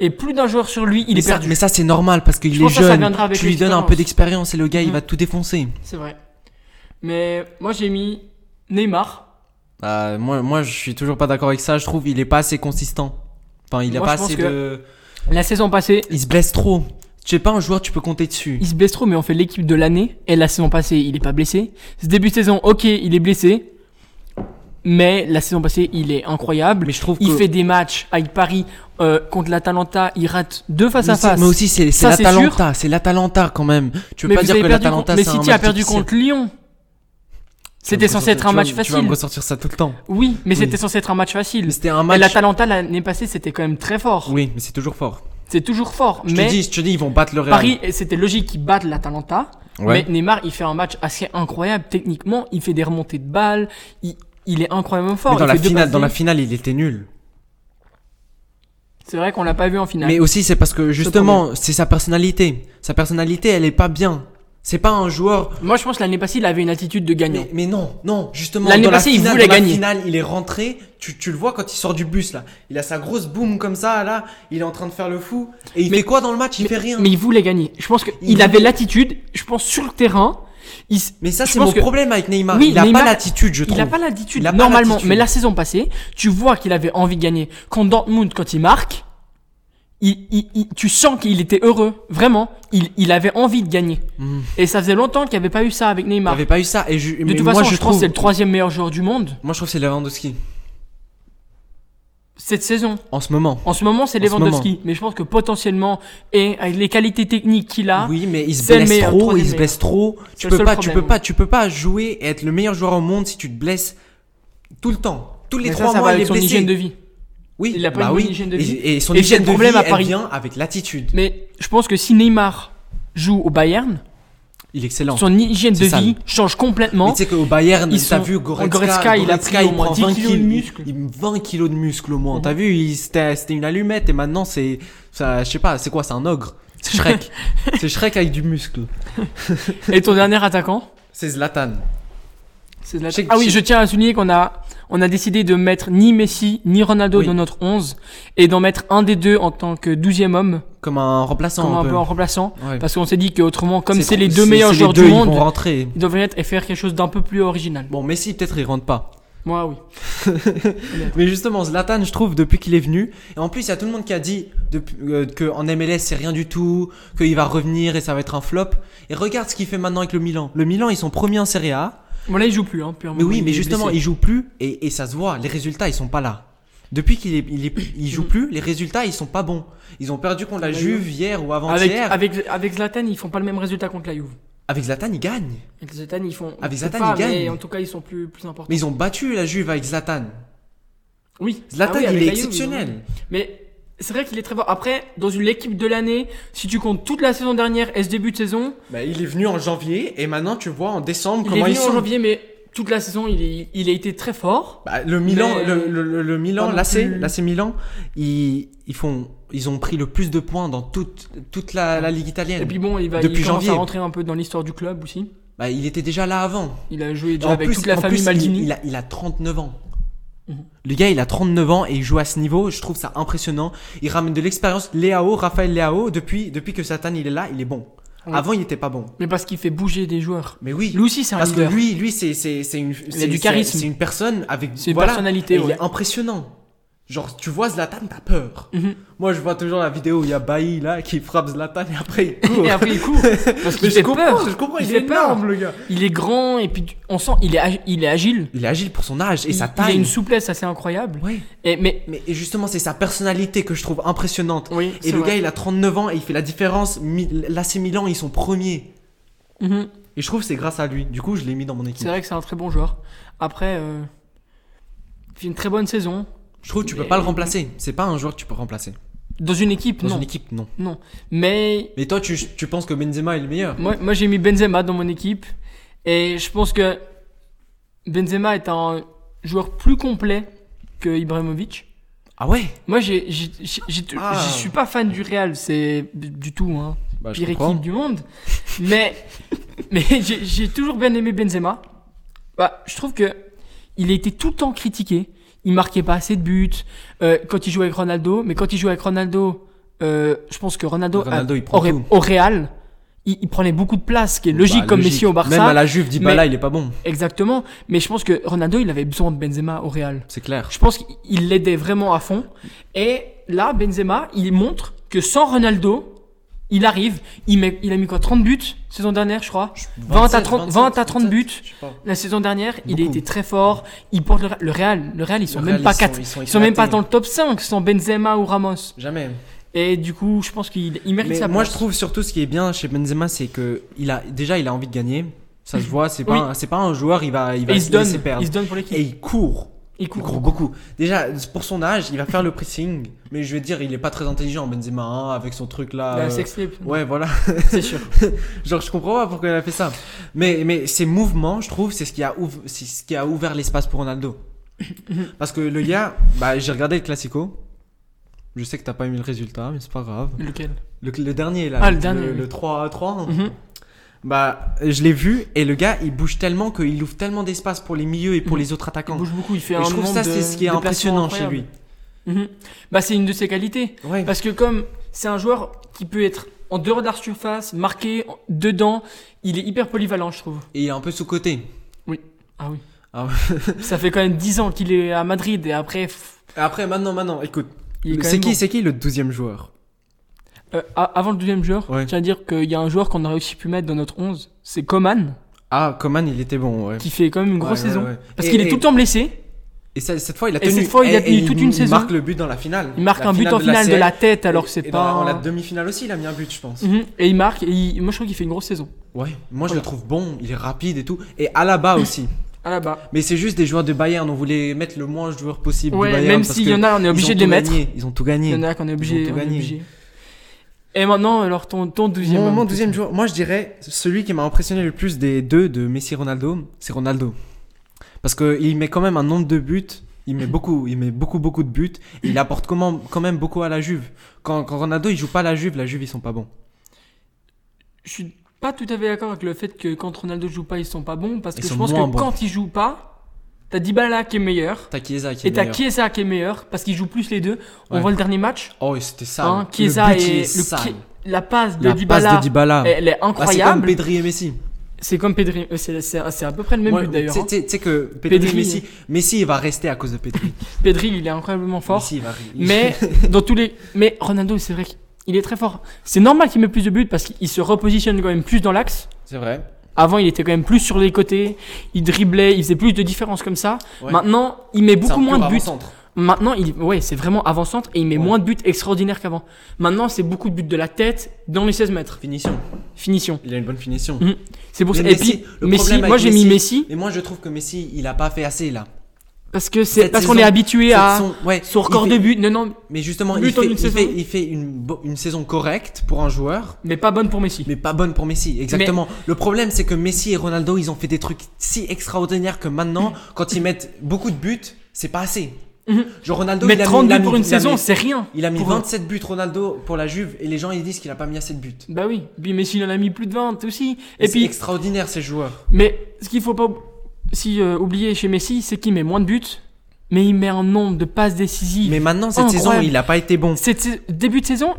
Speaker 1: et plus d'un joueur sur lui, il
Speaker 2: mais
Speaker 1: est
Speaker 2: ça,
Speaker 1: perdu.
Speaker 2: mais ça, c'est normal parce qu'il
Speaker 1: Je
Speaker 2: est
Speaker 1: pense que ça, ça
Speaker 2: jeune.
Speaker 1: viendra avec
Speaker 2: tu lui donnes un
Speaker 1: l'expérience.
Speaker 2: peu d'expérience et le gars, il
Speaker 1: Mm.
Speaker 2: va tout défoncer.
Speaker 1: C'est vrai. Mais moi j'ai mis Neymar.
Speaker 2: Euh, moi, moi, je suis toujours pas d'accord avec ça. Je trouve il est pas assez consistant. Enfin, il a
Speaker 1: Moi,
Speaker 2: pas
Speaker 1: je pense
Speaker 2: assez
Speaker 1: que-
Speaker 2: de.
Speaker 1: La saison passée,
Speaker 2: Il se blesse trop. Tu sais pas un joueur, tu peux compter dessus.
Speaker 1: il se blesse trop, mais on fait l'équipe de l'année. Et la saison passée, il est pas blessé. Ce début de saison, ok, il est blessé. Mais la saison passée, il est incroyable.
Speaker 2: Mais je trouve
Speaker 1: il
Speaker 2: que-
Speaker 1: fait des matchs avec Paris euh, contre l'Atalanta. Il rate deux face
Speaker 2: mais
Speaker 1: à
Speaker 2: c'est-
Speaker 1: face.
Speaker 2: mais aussi, c'est c'est
Speaker 1: Ça, c'est
Speaker 2: l'Atalanta. C'est l'Atalanta quand même. Tu peux
Speaker 1: mais
Speaker 2: pas
Speaker 1: vous
Speaker 2: dire
Speaker 1: avez
Speaker 2: que
Speaker 1: perdu
Speaker 2: l'Atalanta.
Speaker 1: contre- mais
Speaker 2: c'est un
Speaker 1: City a
Speaker 2: match
Speaker 1: perdu
Speaker 2: difficile.
Speaker 1: contre Lyon.
Speaker 2: Tu vas me
Speaker 1: C'était censé
Speaker 2: ressortir-
Speaker 1: être un
Speaker 2: tu vas-
Speaker 1: match
Speaker 2: Tu vas me
Speaker 1: facile.
Speaker 2: ressortir ça tout le temps.
Speaker 1: Oui, mais
Speaker 2: Oui.
Speaker 1: c'était censé être un match facile.
Speaker 2: Mais c'était un
Speaker 1: Et
Speaker 2: match.
Speaker 1: l'Atalanta l'année passée, c'était quand même très fort.
Speaker 2: Oui, mais c'est toujours fort.
Speaker 1: C'est toujours fort.
Speaker 2: Je te
Speaker 1: mais
Speaker 2: dis, je te dis, ils vont battre le Real.
Speaker 1: Paris, et c'était logique qu'ils battent l'Atalanta.
Speaker 2: Ouais.
Speaker 1: Mais Neymar, il fait un match assez incroyable techniquement. Il fait des remontées de balles. Il, il est incroyablement fort.
Speaker 2: Mais dans
Speaker 1: il
Speaker 2: la
Speaker 1: fait deux
Speaker 2: finale,
Speaker 1: passes
Speaker 2: dans la
Speaker 1: D.
Speaker 2: finale, il était nul.
Speaker 1: C'est vrai qu'on l'a pas vu en finale.
Speaker 2: Mais aussi, c'est parce que justement, c'est sa personnalité. Sa personnalité, elle est pas bien. C'est pas un joueur.
Speaker 1: Moi, je pense que l'année passée, il avait une attitude de gagnant.
Speaker 2: Mais, mais non, non, justement.
Speaker 1: L'année
Speaker 2: dans la
Speaker 1: passée, il
Speaker 2: finale-
Speaker 1: voulait
Speaker 2: dans
Speaker 1: gagner.
Speaker 2: La finale, il est rentré. Tu, tu le vois quand il sort du bus là. Il a sa grosse boum comme ça là. Il est en train de faire le fou. Et il fait quoi dans le match Il
Speaker 1: mais,
Speaker 2: fait rien.
Speaker 1: mais il voulait gagner. Je pense qu'il
Speaker 2: Il-
Speaker 1: avait l'attitude. Je pense sur le terrain. Il, s-
Speaker 2: Mais ça,
Speaker 1: je
Speaker 2: c'est
Speaker 1: pense
Speaker 2: mon
Speaker 1: que-
Speaker 2: problème avec Neymar.
Speaker 1: Oui,
Speaker 2: il a
Speaker 1: Neymar-
Speaker 2: pas l'attitude, je trouve.
Speaker 1: Il a pas l'attitude
Speaker 2: Il a pas
Speaker 1: normalement,
Speaker 2: l'attitude.
Speaker 1: mais la saison passée, tu vois qu'il avait envie de gagner. Quand Dortmund, quand il marque, il, il- il- tu sens qu'il était heureux, vraiment. Il, il avait envie de gagner.
Speaker 2: Mm.
Speaker 1: Et ça faisait longtemps qu'il n'y avait pas eu ça avec Neymar.
Speaker 2: T'avais pas eu ça. Et je,
Speaker 1: De toute
Speaker 2: moi,
Speaker 1: façon,
Speaker 2: je,
Speaker 1: je, pense
Speaker 2: trouve.
Speaker 1: que c'est le troisième meilleur joueur du monde
Speaker 2: Moi, je trouve que c'est Lewandowski.
Speaker 1: cette saison.
Speaker 2: En ce moment.
Speaker 1: En ce moment, c'est
Speaker 2: En ce
Speaker 1: Lewandowski, mais je pense que potentiellement et avec les qualités techniques qu'il a,
Speaker 2: Oui, mais il se
Speaker 1: c'est le
Speaker 2: blesse
Speaker 1: meilleur,
Speaker 2: trop, il
Speaker 1: troisième
Speaker 2: se blesse trop. Tu
Speaker 1: le
Speaker 2: peux
Speaker 1: seul
Speaker 2: pas, tu peux
Speaker 1: problème.
Speaker 2: pas, tu peux pas jouer et être le meilleur joueur au monde si tu te blesses tout le temps. Tous les
Speaker 1: mais ça,
Speaker 2: trois
Speaker 1: ça
Speaker 2: mois,
Speaker 1: va
Speaker 2: il
Speaker 1: avec
Speaker 2: est
Speaker 1: son
Speaker 2: blessé.
Speaker 1: hygiène de vie.
Speaker 2: Oui,
Speaker 1: Il a pas
Speaker 2: bah
Speaker 1: une bonne
Speaker 2: oui.
Speaker 1: hygiène de vie.
Speaker 2: Et, et son
Speaker 1: Et c'est
Speaker 2: hygiène
Speaker 1: le
Speaker 2: de
Speaker 1: problème
Speaker 2: vie,
Speaker 1: à
Speaker 2: elle
Speaker 1: Paris.
Speaker 2: vient avec l'attitude.
Speaker 1: Mais je pense que si Neymar joue au Bayern,
Speaker 2: Il est excellent.
Speaker 1: Son hygiène de
Speaker 2: C'est sale.
Speaker 1: vie change complètement.
Speaker 2: Mais tu sais qu'au Bayern,
Speaker 1: Ils
Speaker 2: t'as
Speaker 1: sont-
Speaker 2: vu Goretzka,
Speaker 1: Goretzka, il a pris au moins 10
Speaker 2: prend 20
Speaker 1: kilos de muscle.
Speaker 2: il- 20 kilos de muscle au moins.
Speaker 1: Mhm.
Speaker 2: T'as vu, il- c'était c'était une allumette et maintenant c'est, ça, je sais pas, c'est quoi, c'est un ogre. C'est Shrek. c'est Shrek avec du muscle.
Speaker 1: Et ton dernier attaquant
Speaker 2: C'est Zlatan.
Speaker 1: C'est de la-
Speaker 2: Chez-
Speaker 1: Ah oui,
Speaker 2: chez-
Speaker 1: je tiens à souligner qu'on a, on a décidé de mettre ni Messi ni Ronaldo
Speaker 2: Oui.
Speaker 1: dans notre 11 et d'en mettre un des deux en tant que 12e homme,
Speaker 2: Comme un remplaçant
Speaker 1: comme
Speaker 2: un, peu.
Speaker 1: en remplaçant.
Speaker 2: Ouais.
Speaker 1: Parce qu'on s'est dit qu'autrement, comme
Speaker 2: C'est
Speaker 1: c'est
Speaker 2: trop-
Speaker 1: les deux meilleurs
Speaker 2: c'est
Speaker 1: joueurs
Speaker 2: les deux,
Speaker 1: du
Speaker 2: Ils
Speaker 1: monde,
Speaker 2: vont rentrer.
Speaker 1: ils doivent venir et faire quelque chose d'un peu plus original.
Speaker 2: Bon, Messi, peut-être il rentre pas.
Speaker 1: Moi, oui.
Speaker 2: Mais justement, Zlatan, je trouve, depuis qu'il est venu, et en plus, il y a tout le monde qui a dit depuis- euh, que en MLS, c'est rien du tout, qu'il va revenir et ça va être un flop. Et regarde ce qu'il fait maintenant avec le Milan. Le Milan, ils sont premiers en Serie A.
Speaker 1: Bon, là, il joue plus, hein, purement.
Speaker 2: Mais oui,
Speaker 1: il
Speaker 2: mais
Speaker 1: est
Speaker 2: justement,
Speaker 1: blessé.
Speaker 2: ils jouent plus et, et ça se voit. Les résultats, ils sont pas là. Depuis qu'il est, il est- il joue plus, les résultats, ils sont pas bons. Ils ont perdu contre la
Speaker 1: La
Speaker 2: Juve hier ou
Speaker 1: Avec,
Speaker 2: avant-hier. Avec,
Speaker 1: avec, avec Zlatan, ils font pas le même résultat contre la Juve.
Speaker 2: Zlatan, ils gagnent.
Speaker 1: Avec Zlatan, ils font.
Speaker 2: Avec
Speaker 1: je sais
Speaker 2: Zlatan,
Speaker 1: pas,
Speaker 2: ils gagnent.
Speaker 1: mais En tout cas, ils sont plus, plus importants.
Speaker 2: Mais ils ont battu la Juve avec Zlatan.
Speaker 1: Oui.
Speaker 2: Zlatan,
Speaker 1: Ah oui,
Speaker 2: il
Speaker 1: avec la Juve,
Speaker 2: est
Speaker 1: ils ont-
Speaker 2: exceptionnel.
Speaker 1: Mais c'est vrai qu'il est très fort. Après, dans une l'équipe de l'année, si tu comptes toute la saison dernière et ce début de saison,
Speaker 2: Bah, il est venu en janvier et maintenant, tu vois, en décembre,
Speaker 1: il est
Speaker 2: comment
Speaker 1: venu
Speaker 2: ils sont.
Speaker 1: en janvier, mais toute la saison, il, est- il a été très fort.
Speaker 2: Bah, le Milan,
Speaker 1: Mais- euh,
Speaker 2: le, le- le- le Milan,
Speaker 1: Pas non
Speaker 2: l'AC,
Speaker 1: plus.
Speaker 2: l'AC Milan, ils, ils font, ils ont pris le plus de points dans toute toute la, la ligue italienne.
Speaker 1: Et puis bon, il va
Speaker 2: Depuis
Speaker 1: il commence
Speaker 2: janvier.
Speaker 1: à rentrer un peu dans l'histoire du club aussi.
Speaker 2: Bah, il était déjà là avant.
Speaker 1: Il a joué
Speaker 2: Et
Speaker 1: déjà avec toute la
Speaker 2: en
Speaker 1: famille
Speaker 2: plus,
Speaker 1: Maldini.
Speaker 2: Il, il a, il a 39 ans.
Speaker 1: Mhm.
Speaker 2: Le gars, il a 39 ans et il joue à ce niveau. Je trouve ça impressionnant. Il ramène de l'expérience. Léao, Raphaël Léao, depuis depuis que Satan il est là, il est bon.
Speaker 1: Ouais.
Speaker 2: Avant, il était pas bon.
Speaker 1: Mais parce qu'il fait bouger des joueurs.
Speaker 2: Mais oui.
Speaker 1: Lui aussi, c'est un
Speaker 2: parce que
Speaker 1: leader.
Speaker 2: lui, lui, c'est c'est c'est une
Speaker 1: a
Speaker 2: c'est-
Speaker 1: du
Speaker 2: c'est-
Speaker 1: charisme.
Speaker 2: C'est une personne avec
Speaker 1: C'est une
Speaker 2: voilà.
Speaker 1: personnalité,
Speaker 2: Et Il
Speaker 1: ouais.
Speaker 2: est impressionnant. Genre, tu vois Zlatan, t'as peur.
Speaker 1: Mhm.
Speaker 2: Moi, je vois toujours la vidéo où il y a Bailly là qui frappe Zlatan et après il court.
Speaker 1: Et après, il court. Parce
Speaker 2: Mais
Speaker 1: qu'il
Speaker 2: je
Speaker 1: fait
Speaker 2: comprends,
Speaker 1: peur.
Speaker 2: je comprends, il,
Speaker 1: Il
Speaker 2: est
Speaker 1: fait peur.
Speaker 2: énorme le gars.
Speaker 1: Il est grand et puis tu- on sent il est, ag- il est agile.
Speaker 2: Il est agile pour son âge et
Speaker 1: il,
Speaker 2: sa
Speaker 1: il a
Speaker 2: taille.
Speaker 1: une souplesse assez incroyable.
Speaker 2: Ouais.
Speaker 1: Et, mais
Speaker 2: Mais et justement, c'est sa personnalité que je trouve impressionnante.
Speaker 1: oui,
Speaker 2: Et
Speaker 1: c'est
Speaker 2: le
Speaker 1: vrai.
Speaker 2: gars, il a 39 ans et il fait la différence. Mi- L'AC Milan, ils sont premiers.
Speaker 1: Mhm.
Speaker 2: Et je trouve que c'est grâce à lui. Du coup, je l'ai mis dans mon
Speaker 1: C'est
Speaker 2: équipe.
Speaker 1: vrai que c'est un très bon joueur. Après, euh, il fait une très bonne saison.
Speaker 2: Je trouve que tu peux
Speaker 1: Mais-
Speaker 2: pas le remplacer. C'est pas un joueur que tu peux remplacer.
Speaker 1: Dans une équipe,
Speaker 2: Dans
Speaker 1: non.
Speaker 2: une équipe, non.
Speaker 1: Non. Mais
Speaker 2: Mais toi, tu, tu penses que Benzema est le meilleur
Speaker 1: moi, moi j'ai mis Benzema dans mon équipe. Et je pense que Benzema est un joueur plus complet que Ibrahimovic.
Speaker 2: Ah ouais
Speaker 1: Moi, j'ai, j'ai, j'ai- j'ai-
Speaker 2: Ah.
Speaker 1: je suis pas fan du Real, c'est du tout, hein.
Speaker 2: bah, je
Speaker 1: Pire
Speaker 2: comprends.
Speaker 1: équipe du monde. Mais, mais j'ai, j'ai toujours bien aimé Benzema. Bah, je trouve que il a été tout le temps critiqué. Il marquait pas assez de buts euh, quand il jouait avec Ronaldo. Mais quand il jouait avec Ronaldo, euh, je pense que Ronaldo,
Speaker 2: Bah, Ronaldo,
Speaker 1: a-
Speaker 2: il prend
Speaker 1: au, Ré-
Speaker 2: tout.
Speaker 1: au Real, il, il prenait beaucoup de place, ce qui est logique
Speaker 2: Bah,
Speaker 1: comme Messi au Barça.
Speaker 2: Même à la Juve, Dybala, il est pas bon.
Speaker 1: Exactement. Mais je pense que Ronaldo, il avait besoin de Benzema au Real.
Speaker 2: C'est clair.
Speaker 1: Je pense qu'il l'aidait vraiment à fond. Et là, Benzema, il montre que sans Ronaldo, il arrive. Il, met, il a mis quoi 30 buts saison dernière, je crois. 20 à 30 20 à 30 buts.
Speaker 2: Je sais pas.
Speaker 1: La saison dernière, il
Speaker 2: Beaucoup.
Speaker 1: était très fort. Il porte le, le Real. Le Real, ils sont
Speaker 2: Le
Speaker 1: même
Speaker 2: Real,
Speaker 1: pas
Speaker 2: ils
Speaker 1: quatre-
Speaker 2: sont- ils sont
Speaker 1: ils sont même pas
Speaker 2: éclatés.
Speaker 1: dans le top 5 sans Benzema ou Ramos.
Speaker 2: Jamais.
Speaker 1: Et du coup, je pense qu'il il mérite
Speaker 2: Mais
Speaker 1: sa
Speaker 2: moi, je
Speaker 1: place.
Speaker 2: trouve surtout ce qui est bien chez Benzema, c'est que il a déjà, il a envie de gagner. Ça se voit. C'est pas,
Speaker 1: Oui.
Speaker 2: un- c'est pas un joueur. Il va, il va
Speaker 1: Et il se donne,
Speaker 2: laisser perdre.
Speaker 1: il se donne pour
Speaker 2: Et
Speaker 1: l'équipe.
Speaker 2: il court.
Speaker 1: Il
Speaker 2: Il
Speaker 1: court.
Speaker 2: court beaucoup. Déjà, pour son âge, il va faire le pressing. Mais je vais dire, il est pas très intelligent, Benzema, hein, avec son truc là.
Speaker 1: La
Speaker 2: euh,
Speaker 1: sex tape,
Speaker 2: Ouais, voilà.
Speaker 1: c'est sûr.
Speaker 2: Genre, je comprends pas pourquoi il a fait ça. Mais, mais ces mouvements, je trouve, c'est ce qui a, ouv- c'est ce qui a ouvert l'espace pour Ronaldo. Parce que le gars, bah, j'ai regardé le Classico. Je sais que t'as pas aimé le résultat, mais c'est pas grave.
Speaker 1: Lequel
Speaker 2: Le, le dernier, là.
Speaker 1: Ah, le dernier, oui.
Speaker 2: Le 3-3.
Speaker 1: Mhm.
Speaker 2: Bah, je l'ai vu, et le gars, il bouge tellement qu'il ouvre tellement d'espace pour les milieux et pour
Speaker 1: Mhm.
Speaker 2: les autres attaquants.
Speaker 1: Il bouge beaucoup, il fait
Speaker 2: Et
Speaker 1: un
Speaker 2: je trouve
Speaker 1: nombre
Speaker 2: ça,
Speaker 1: de-
Speaker 2: c'est ce qui est
Speaker 1: de placements
Speaker 2: impressionnant chez
Speaker 1: incroyables.
Speaker 2: lui.
Speaker 1: Mhm. Bah, c'est une de ses qualités.
Speaker 2: Ouais.
Speaker 1: Parce que comme c'est un joueur qui peut être en dehors de la surface, marqué, en- dedans, il est hyper polyvalent, je trouve.
Speaker 2: Et il est un peu sous-côté.
Speaker 1: Ah oui.
Speaker 2: Ah
Speaker 1: Ça fait quand même 10 ans qu'il est à Madrid et après, pff,
Speaker 2: Après, maintenant, maintenant, écoute.
Speaker 1: il est quand
Speaker 2: C'est
Speaker 1: même
Speaker 2: qui,
Speaker 1: bon.
Speaker 2: c'est qui le 12 joueur
Speaker 1: Euh, a- Avant le deuxième joueur,
Speaker 2: Ouais.
Speaker 1: je tiens à dire qu'il y a un joueur qu'on aurait aussi pu mettre dans notre 11, c'est Coman,
Speaker 2: Ah, Coman, il était bon, ouais.
Speaker 1: qui fait quand même une grosse
Speaker 2: Ouais, ouais,
Speaker 1: saison.
Speaker 2: ouais.
Speaker 1: Parce
Speaker 2: Et-
Speaker 1: qu'il
Speaker 2: et-
Speaker 1: est tout le temps blessé,
Speaker 2: Et ça- cette fois, il a
Speaker 1: Et
Speaker 2: tenu.
Speaker 1: cette fois, il a tenu toute une
Speaker 2: il
Speaker 1: saison.
Speaker 2: marque le but dans la finale.
Speaker 1: il marque
Speaker 2: La
Speaker 1: un but en finale de la
Speaker 2: CL.
Speaker 1: tête alors que c'est
Speaker 2: Et dans la-
Speaker 1: pas...
Speaker 2: en la demi-finale aussi, il a mis un but, je pense.
Speaker 1: Mhm. Et il marque, et il- moi je trouve qu'il fait une grosse saison.
Speaker 2: Ouais. Moi, je
Speaker 1: Voilà.
Speaker 2: le trouve bon. Il est rapide et tout. Et Alaba aussi.
Speaker 1: À la bas.
Speaker 2: Mais c'est juste des joueurs de Bayern. On voulait mettre le moins de joueurs possible. du
Speaker 1: Ouais,
Speaker 2: Bayern
Speaker 1: même
Speaker 2: parce
Speaker 1: s'il
Speaker 2: que
Speaker 1: y en a, on est
Speaker 2: ils
Speaker 1: obligé
Speaker 2: ont
Speaker 1: de les
Speaker 2: tout
Speaker 1: mettre.
Speaker 2: gagné, Ils ont tout gagné.
Speaker 1: Il y en a qu'on est
Speaker 2: Ils ont
Speaker 1: obligé.
Speaker 2: tout
Speaker 1: on est
Speaker 2: gagné.
Speaker 1: obligé. Et maintenant, alors ton, ton deuxième.
Speaker 2: Mon, mon
Speaker 1: homme.
Speaker 2: deuxième joueur, moi je dirais celui qui m'a impressionné le plus des deux de Messi Ronaldo, c'est Ronaldo. Parce que il met quand même un nombre de buts, il met beaucoup, il met beaucoup beaucoup de buts, et il apporte quand même, quand même beaucoup à la Juve. Quand, quand Ronaldo il joue pas à la Juve, la Juve ils sont pas bons.
Speaker 1: Je suis pas tout à fait d'accord avec le fait que quand Ronaldo joue pas, ils sont pas bons. Parce
Speaker 2: Ils
Speaker 1: que je
Speaker 2: sont
Speaker 1: pense que
Speaker 2: moins bons.
Speaker 1: quand il joue pas, t'as Dybala qui est meilleur.
Speaker 2: T'as Chiesa qui est
Speaker 1: Et t'as
Speaker 2: meilleur.
Speaker 1: Chiesa qui est meilleur. Parce qu'il joue plus les deux. On
Speaker 2: Ouais.
Speaker 1: voit le dernier match.
Speaker 2: Oh et c'était ça.
Speaker 1: Hein, Chiesa
Speaker 2: le but, il
Speaker 1: et
Speaker 2: est
Speaker 1: le
Speaker 2: sale.
Speaker 1: Chi- la passe de
Speaker 2: la
Speaker 1: Dybala.
Speaker 2: passe de Dybala.
Speaker 1: Elle est
Speaker 2: Ah, c'est comme
Speaker 1: incroyable.
Speaker 2: Pedri et Messi.
Speaker 1: c'est comme Pedri. euh, C'est c'est- c'est à peu près le même
Speaker 2: Moi,
Speaker 1: but d'ailleurs.
Speaker 2: Tu
Speaker 1: hein.
Speaker 2: sais- tu sais que Pedri,
Speaker 1: Pedri,
Speaker 2: et Messi, Messi il va rester à cause de Pedri.
Speaker 1: Pedri, il est incroyablement fort.
Speaker 2: Messi, il va- il-
Speaker 1: Mais dans tous les, mais Ronaldo, c'est vrai qu'il est très fort. C'est normal qu'il met plus de buts parce qu'il se repositionne quand même plus dans l'axe.
Speaker 2: c'est vrai.
Speaker 1: Avant, il était quand même plus sur les côtés. Il driblait, il faisait plus de différences comme ça.
Speaker 2: Ouais.
Speaker 1: Maintenant, il met
Speaker 2: C'est un
Speaker 1: beaucoup moins
Speaker 2: pur
Speaker 1: de buts.
Speaker 2: avant-centre.
Speaker 1: Maintenant, il, ouais, c'est vraiment avant-centre et il met
Speaker 2: Ouais.
Speaker 1: moins de buts extraordinaires qu'avant. Maintenant, c'est beaucoup de buts de la tête dans les 16 mètres.
Speaker 2: Finition.
Speaker 1: Finition.
Speaker 2: Il a une bonne finition.
Speaker 1: Mm. C'est pour
Speaker 2: Mais
Speaker 1: ça.
Speaker 2: Messi,
Speaker 1: et puis,
Speaker 2: le
Speaker 1: Messi,
Speaker 2: problème
Speaker 1: moi
Speaker 2: avec
Speaker 1: j'ai mis Messi
Speaker 2: Mais moi je trouve que Messi il a pas fait assez là.
Speaker 1: parce que c'est
Speaker 2: Cette
Speaker 1: parce qu'on
Speaker 2: saison,
Speaker 1: est habitué
Speaker 2: Cette
Speaker 1: à
Speaker 2: saison- ouais,
Speaker 1: son
Speaker 2: il
Speaker 1: record
Speaker 2: fait-
Speaker 1: de buts. Non, non,
Speaker 2: Mais justement
Speaker 1: But
Speaker 2: il
Speaker 1: en
Speaker 2: fait,
Speaker 1: une
Speaker 2: il
Speaker 1: saison.
Speaker 2: fait- il fait une, bo- une saison correcte pour un joueur.
Speaker 1: mais pas bonne pour Messi.
Speaker 2: Mais pas bonne pour Messi, exactement. Le problème, c'est que Messi et Ronaldo, ils ont fait des trucs si extraordinaires que
Speaker 1: Mm.
Speaker 2: maintenant, quand ils mettent beaucoup de buts, c'est pas assez.
Speaker 1: Mhm.
Speaker 2: Genre Ronaldo,
Speaker 1: Mais
Speaker 2: il a mis-
Speaker 1: 30
Speaker 2: il a
Speaker 1: buts
Speaker 2: mis-
Speaker 1: pour une
Speaker 2: il a mis-
Speaker 1: saison, c'est rien.
Speaker 2: Il a mis
Speaker 1: pour-
Speaker 2: 27 buts Ronaldo pour la Juve et les gens ils disent qu'il a pas mis assez de buts.
Speaker 1: Bah oui, puis Messi il en a mis plus de 20 aussi.
Speaker 2: Et
Speaker 1: Et
Speaker 2: c'est
Speaker 1: puis,
Speaker 2: extraordinaire ces joueurs.
Speaker 1: mais ce qu'il faut pas ou- si euh, oublier chez Messi, c'est qu'il met moins de buts, mais il met un nombre de passes décisives.
Speaker 2: Mais maintenant cette
Speaker 1: Incroyable.
Speaker 2: saison, il a pas été bon.
Speaker 1: Cette sais- début de saison,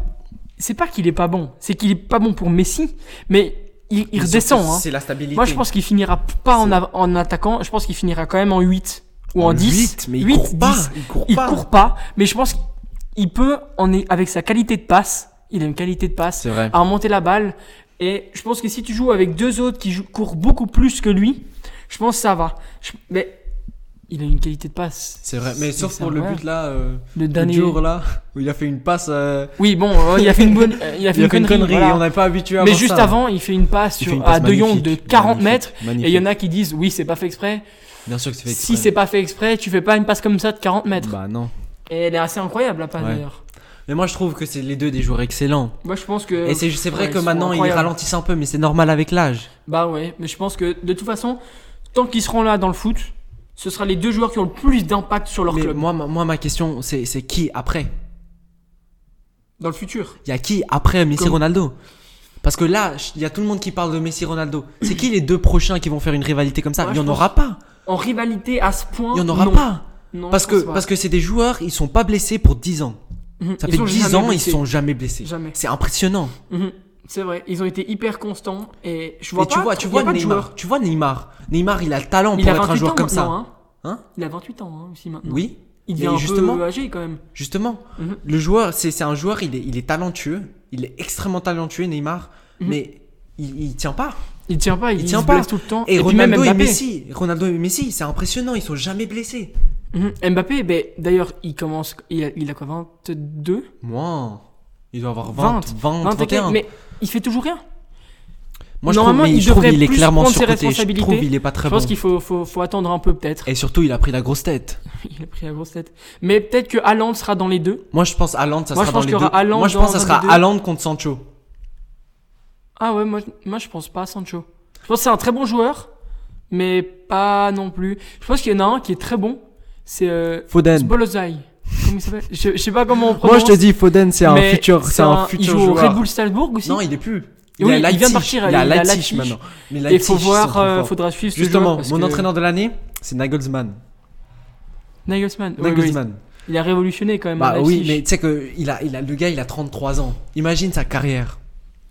Speaker 1: c'est pas qu'il est pas bon, c'est qu'il est pas bon pour Messi, mais il, il
Speaker 2: Mais
Speaker 1: redescend.
Speaker 2: surtout,
Speaker 1: hein.
Speaker 2: C'est la stabilité.
Speaker 1: Moi je pense qu'il finira p- pas en, av- en attaquant, je pense qu'il finira quand même en 8 ou en, 10.
Speaker 2: 8, mais il
Speaker 1: 8,
Speaker 2: court pas,
Speaker 1: 10.
Speaker 2: il court
Speaker 1: Il
Speaker 2: pas.
Speaker 1: court pas, mais je pense qu'il peut, en est, avec sa qualité de passe, il a une qualité de passe,
Speaker 2: C'est vrai.
Speaker 1: à remonter la balle. Et je pense que si tu joues avec deux autres qui jouent- courent beaucoup plus que lui, je pense que ça va. Je- mais il a une qualité de passe.
Speaker 2: C'est vrai, mais sauf
Speaker 1: c'est
Speaker 2: pour le
Speaker 1: incroyable.
Speaker 2: but là, euh,
Speaker 1: Le
Speaker 2: le
Speaker 1: dernier.
Speaker 2: jour là, où il a fait une passe, euh,
Speaker 1: Oui, bon, euh, il a fait une bonne, euh, il a fait
Speaker 2: il a
Speaker 1: une
Speaker 2: fait une
Speaker 1: connerie.
Speaker 2: connerie,
Speaker 1: voilà.
Speaker 2: et on n'est pas habitué à
Speaker 1: Mais
Speaker 2: voir
Speaker 1: juste
Speaker 2: ça.
Speaker 1: avant, il fait une passe,
Speaker 2: Il
Speaker 1: sur-
Speaker 2: fait une
Speaker 1: à
Speaker 2: passe
Speaker 1: De Jong de
Speaker 2: magnifique,
Speaker 1: 40
Speaker 2: magnifique,
Speaker 1: mètres. Et
Speaker 2: magnifique.
Speaker 1: il y en a qui disent, oui, c'est pas fait exprès.
Speaker 2: Bien sûr que c'est fait
Speaker 1: Si c'est
Speaker 2: exprès.
Speaker 1: pas fait exprès, tu fais pas une passe comme ça de 40 mètres.
Speaker 2: Bah non.
Speaker 1: Et elle est assez incroyable, la passe
Speaker 2: Ouais.
Speaker 1: d'ailleurs.
Speaker 2: Mais moi je trouve que c'est les deux des joueurs excellents.
Speaker 1: Moi, je pense que.
Speaker 2: Et c'est c'est vrai
Speaker 1: ouais,
Speaker 2: que
Speaker 1: ils sont
Speaker 2: maintenant ils
Speaker 1: incroyables.
Speaker 2: ralentissent un peu, mais c'est normal avec l'âge.
Speaker 1: Bah ouais, mais je pense que de toute façon, tant qu'ils seront là dans le foot, ce sera les deux joueurs qui ont le plus d'impact sur leur
Speaker 2: Mais
Speaker 1: club
Speaker 2: moi, ma- moi ma question c'est c'est qui après
Speaker 1: dans le futur.
Speaker 2: Il y a qui après Messi
Speaker 1: Comme-
Speaker 2: Ronaldo Parce que là, il y a tout le monde qui parle de Messi Ronaldo. C'est qui les deux prochains qui vont faire une rivalité comme ça
Speaker 1: Ouais,
Speaker 2: Il y
Speaker 1: je
Speaker 2: en
Speaker 1: pense-
Speaker 2: aura pas.
Speaker 1: En rivalité à ce point,
Speaker 2: Il y en aura
Speaker 1: non.
Speaker 2: pas.
Speaker 1: Non,
Speaker 2: Parce
Speaker 1: je
Speaker 2: que
Speaker 1: pense pas.
Speaker 2: parce que c'est des joueurs, ils sont pas blessés pour 10 ans.
Speaker 1: Mhm.
Speaker 2: Ça
Speaker 1: Ils
Speaker 2: fait
Speaker 1: sont
Speaker 2: 10
Speaker 1: jamais
Speaker 2: ans,
Speaker 1: blessés.
Speaker 2: ils sont jamais blessés.
Speaker 1: Jamais.
Speaker 2: C'est impressionnant.
Speaker 1: Mhm. C'est vrai, ils ont été hyper constants et je vois
Speaker 2: Et tu
Speaker 1: pas-
Speaker 2: vois,
Speaker 1: il y
Speaker 2: tu
Speaker 1: a
Speaker 2: vois
Speaker 1: pas de
Speaker 2: Neymar,
Speaker 1: joueurs.
Speaker 2: tu vois Neymar. Neymar, il a le talent
Speaker 1: Il
Speaker 2: pour
Speaker 1: a
Speaker 2: être
Speaker 1: 28
Speaker 2: un joueur
Speaker 1: ans
Speaker 2: comme ça.
Speaker 1: maintenant, hein.
Speaker 2: Hein
Speaker 1: Il a 28 ans hein, aussi maintenant.
Speaker 2: Oui.
Speaker 1: Il
Speaker 2: Mais
Speaker 1: devient un
Speaker 2: justement,
Speaker 1: peu âgé quand même.
Speaker 2: justement,
Speaker 1: Mhm.
Speaker 2: le joueur, c'est c'est un joueur, il est, il est talentueux, il est extrêmement talentueux Neymar,
Speaker 1: Mhm.
Speaker 2: mais il, il tient pas.
Speaker 1: Il tient pas, il,
Speaker 2: tient
Speaker 1: se
Speaker 2: pas.
Speaker 1: blesse tout le temps.
Speaker 2: Et,
Speaker 1: puis même
Speaker 2: Ronaldo et
Speaker 1: Mbappé.
Speaker 2: Messi, Ronaldo et Messi, c'est impressionnant, ils sont jamais blessés.
Speaker 1: Mhm. Mbappé, ben, d'ailleurs, il commence, il a, il a quoi, 22
Speaker 2: Moi, il doit avoir 20,
Speaker 1: 20,
Speaker 2: 20,
Speaker 1: 20,
Speaker 2: 31.
Speaker 1: mais il fait toujours rien.
Speaker 2: Moi, je
Speaker 1: Normalement,
Speaker 2: trouve, mais
Speaker 1: il
Speaker 2: je trouve
Speaker 1: devrait
Speaker 2: il est
Speaker 1: plus
Speaker 2: clairement
Speaker 1: prendre ses
Speaker 2: surcoté. Je trouve
Speaker 1: responsabilités.
Speaker 2: il est pas très
Speaker 1: je pense
Speaker 2: bon.
Speaker 1: qu'il faut, faut, faut attendre un peu peut-être.
Speaker 2: Et surtout, il a pris la grosse tête.
Speaker 1: Il a pris la grosse tête. Mais peut-être que Haaland sera dans les deux.
Speaker 2: Moi, je pense Haaland, ça
Speaker 1: Moi, je
Speaker 2: sera dans
Speaker 1: pense
Speaker 2: les
Speaker 1: qu'il y
Speaker 2: deux.
Speaker 1: aura Haaland
Speaker 2: Moi, je
Speaker 1: dans
Speaker 2: pense que ça
Speaker 1: un
Speaker 2: sera
Speaker 1: des deux.
Speaker 2: Haaland contre Sancho.
Speaker 1: Ah ouais, moi, je- moi je pense pas à Sancho. Je pense que c'est un très bon joueur, mais pas non plus. Je pense qu'il y en a un qui est très bon. C'est euh,
Speaker 2: Foden.
Speaker 1: Sbolozai. Comment il s'appelle je, je sais pas comment on
Speaker 2: Moi,
Speaker 1: prononce.
Speaker 2: je te dis, Foden, c'est un
Speaker 1: mais
Speaker 2: futur, c'est un
Speaker 1: Il joue
Speaker 2: futur
Speaker 1: au Red
Speaker 2: joueur.
Speaker 1: Bull Salzbourg aussi.
Speaker 2: Non, il est plus.
Speaker 1: Oui,
Speaker 2: est à
Speaker 1: il vient de
Speaker 2: Leipzig.
Speaker 1: partir,
Speaker 2: Il est à
Speaker 1: il est à
Speaker 2: Leipzig
Speaker 1: Leipzig.
Speaker 2: maintenant. Mais
Speaker 1: Et
Speaker 2: Leipzig,
Speaker 1: faut
Speaker 2: ils sont
Speaker 1: voir,
Speaker 2: trop
Speaker 1: euh,
Speaker 2: forts.
Speaker 1: faudra suivre ce joueur
Speaker 2: Justement,
Speaker 1: parce
Speaker 2: mon
Speaker 1: que
Speaker 2: entraîneur de l'année, c'est Nagelsmann.
Speaker 1: Nagelsmann. oui, oui.
Speaker 2: Nagelsmann.
Speaker 1: Il a révolutionné quand même.
Speaker 2: Bah
Speaker 1: à
Speaker 2: oui,
Speaker 1: Leipzig.
Speaker 2: mais tu sais que il a, il a, le gars, il a 33 ans. Imagine sa carrière.